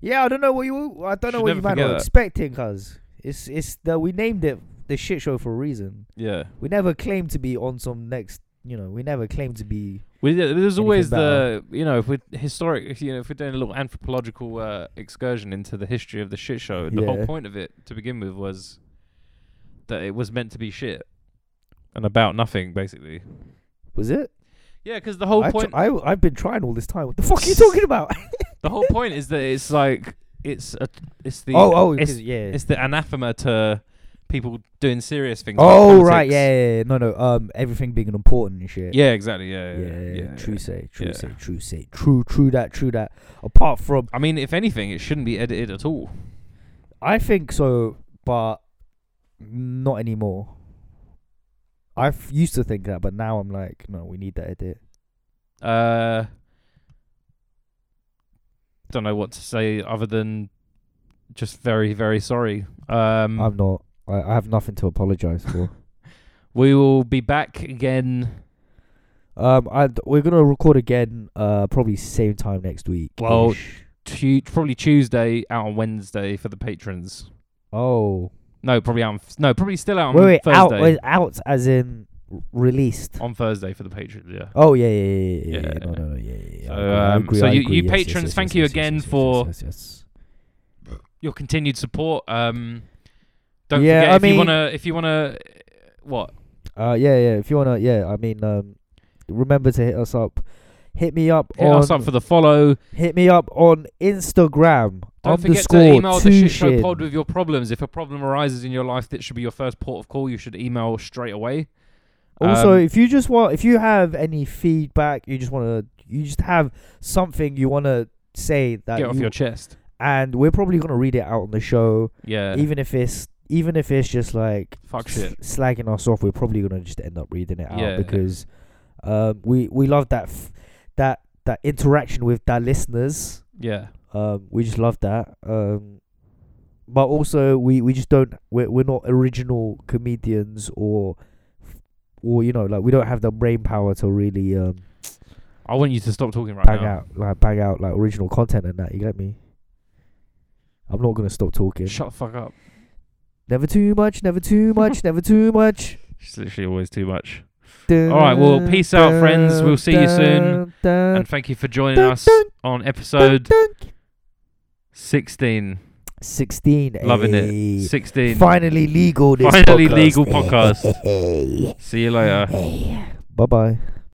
Yeah, I don't know what you. I don't know Should what never you man forget were that. expecting, cause it's it's the we named it the shit show for a reason. Yeah. We never claimed to be on some next. You know, we never claimed to be. We, yeah, there's Anything always the you know if we're historic if you know if we're doing a little anthropological uh, excursion into the history of the shit show the whole Yeah. point of it to begin with was that it was meant to be shit and about nothing basically Was it? yeah because the whole I Oh, point I I've been trying all this time. What the fuck [laughs] are you talking about? the whole point is that it's like it's a it's the oh oh it's, 'cause- yeah. it's the anathema to people doing serious things like Oh right politics. yeah, yeah yeah no no um everything being important and shit. yeah exactly yeah Yeah, yeah, yeah, yeah. true say, true yeah. say, true say, true, true that, true that. Apart from, I mean if anything it shouldn't be edited at all I think so, but not anymore. I f- used to think that, but now I'm like, no, we need that edit. Uh, don't know what to say other than just very, very sorry. Um, I'm not. I, I have nothing to apologize for. we will be back again. um, I we're gonna record again. Uh, probably same time next week. Well- Tu- probably Tuesday, out on Wednesday for the patrons. oh No, probably out. On, f- no, probably still out on wait, wait, Um, Thursday. out, wait, out as in r- released. On Thursday for the patrons. Yeah. Oh yeah, yeah, yeah, yeah, yeah, Yeah. yeah. No, no, no, yeah, yeah. yeah. So, I agree, I um, agree, so I you- agree. you Yes, yes, patrons, yes, thank yes, you yes, again yes, yes, for- yes, yes, Your continued support. Um, don't Yeah, forget I if you mean- wanna if you wanna what yes. Uh, yeah, yeah. If you wanna, yeah, I mean, um, remember to hit us up. Hit me up hit on us up for the follow. hit me up on Instagram Don't forget underscore to email the shit show Tushin. pod with your problems. If a problem arises in your life, that should be your first port of call. You should email straight away. Also, Um, if you just want, if you have any feedback, you just want to, you just have something you want to say that, Get off Uh, you- your chest. and we're probably gonna read it out on the show, Yeah. even if it's, even if it's just like Fuck s- shit. slagging us off, we're probably gonna just end up reading it out Yeah. because, um, we we love that f- that that interaction with our listeners. Yeah. Um, we just love that. Um, but also we, we just don't we're, we're not original comedians or or you know like we don't have the brain power to really um I want you to stop talking right bang now. out like bang out like original content and that. You get me? I'm not gonna stop talking. Shut the fuck up. Never too much. [laughs] Never too much. never too much. It's literally always too much. right, well, Dun, peace out, friends. We'll see you soon. dun, dun, And thank you for joining Uh, Dun, us dun, on dun, episode dun. 16. Sixteen. Loving ayy. it. 16. Finally legal. This Finally podcast. [laughs] legal podcast. See you later. Bye bye.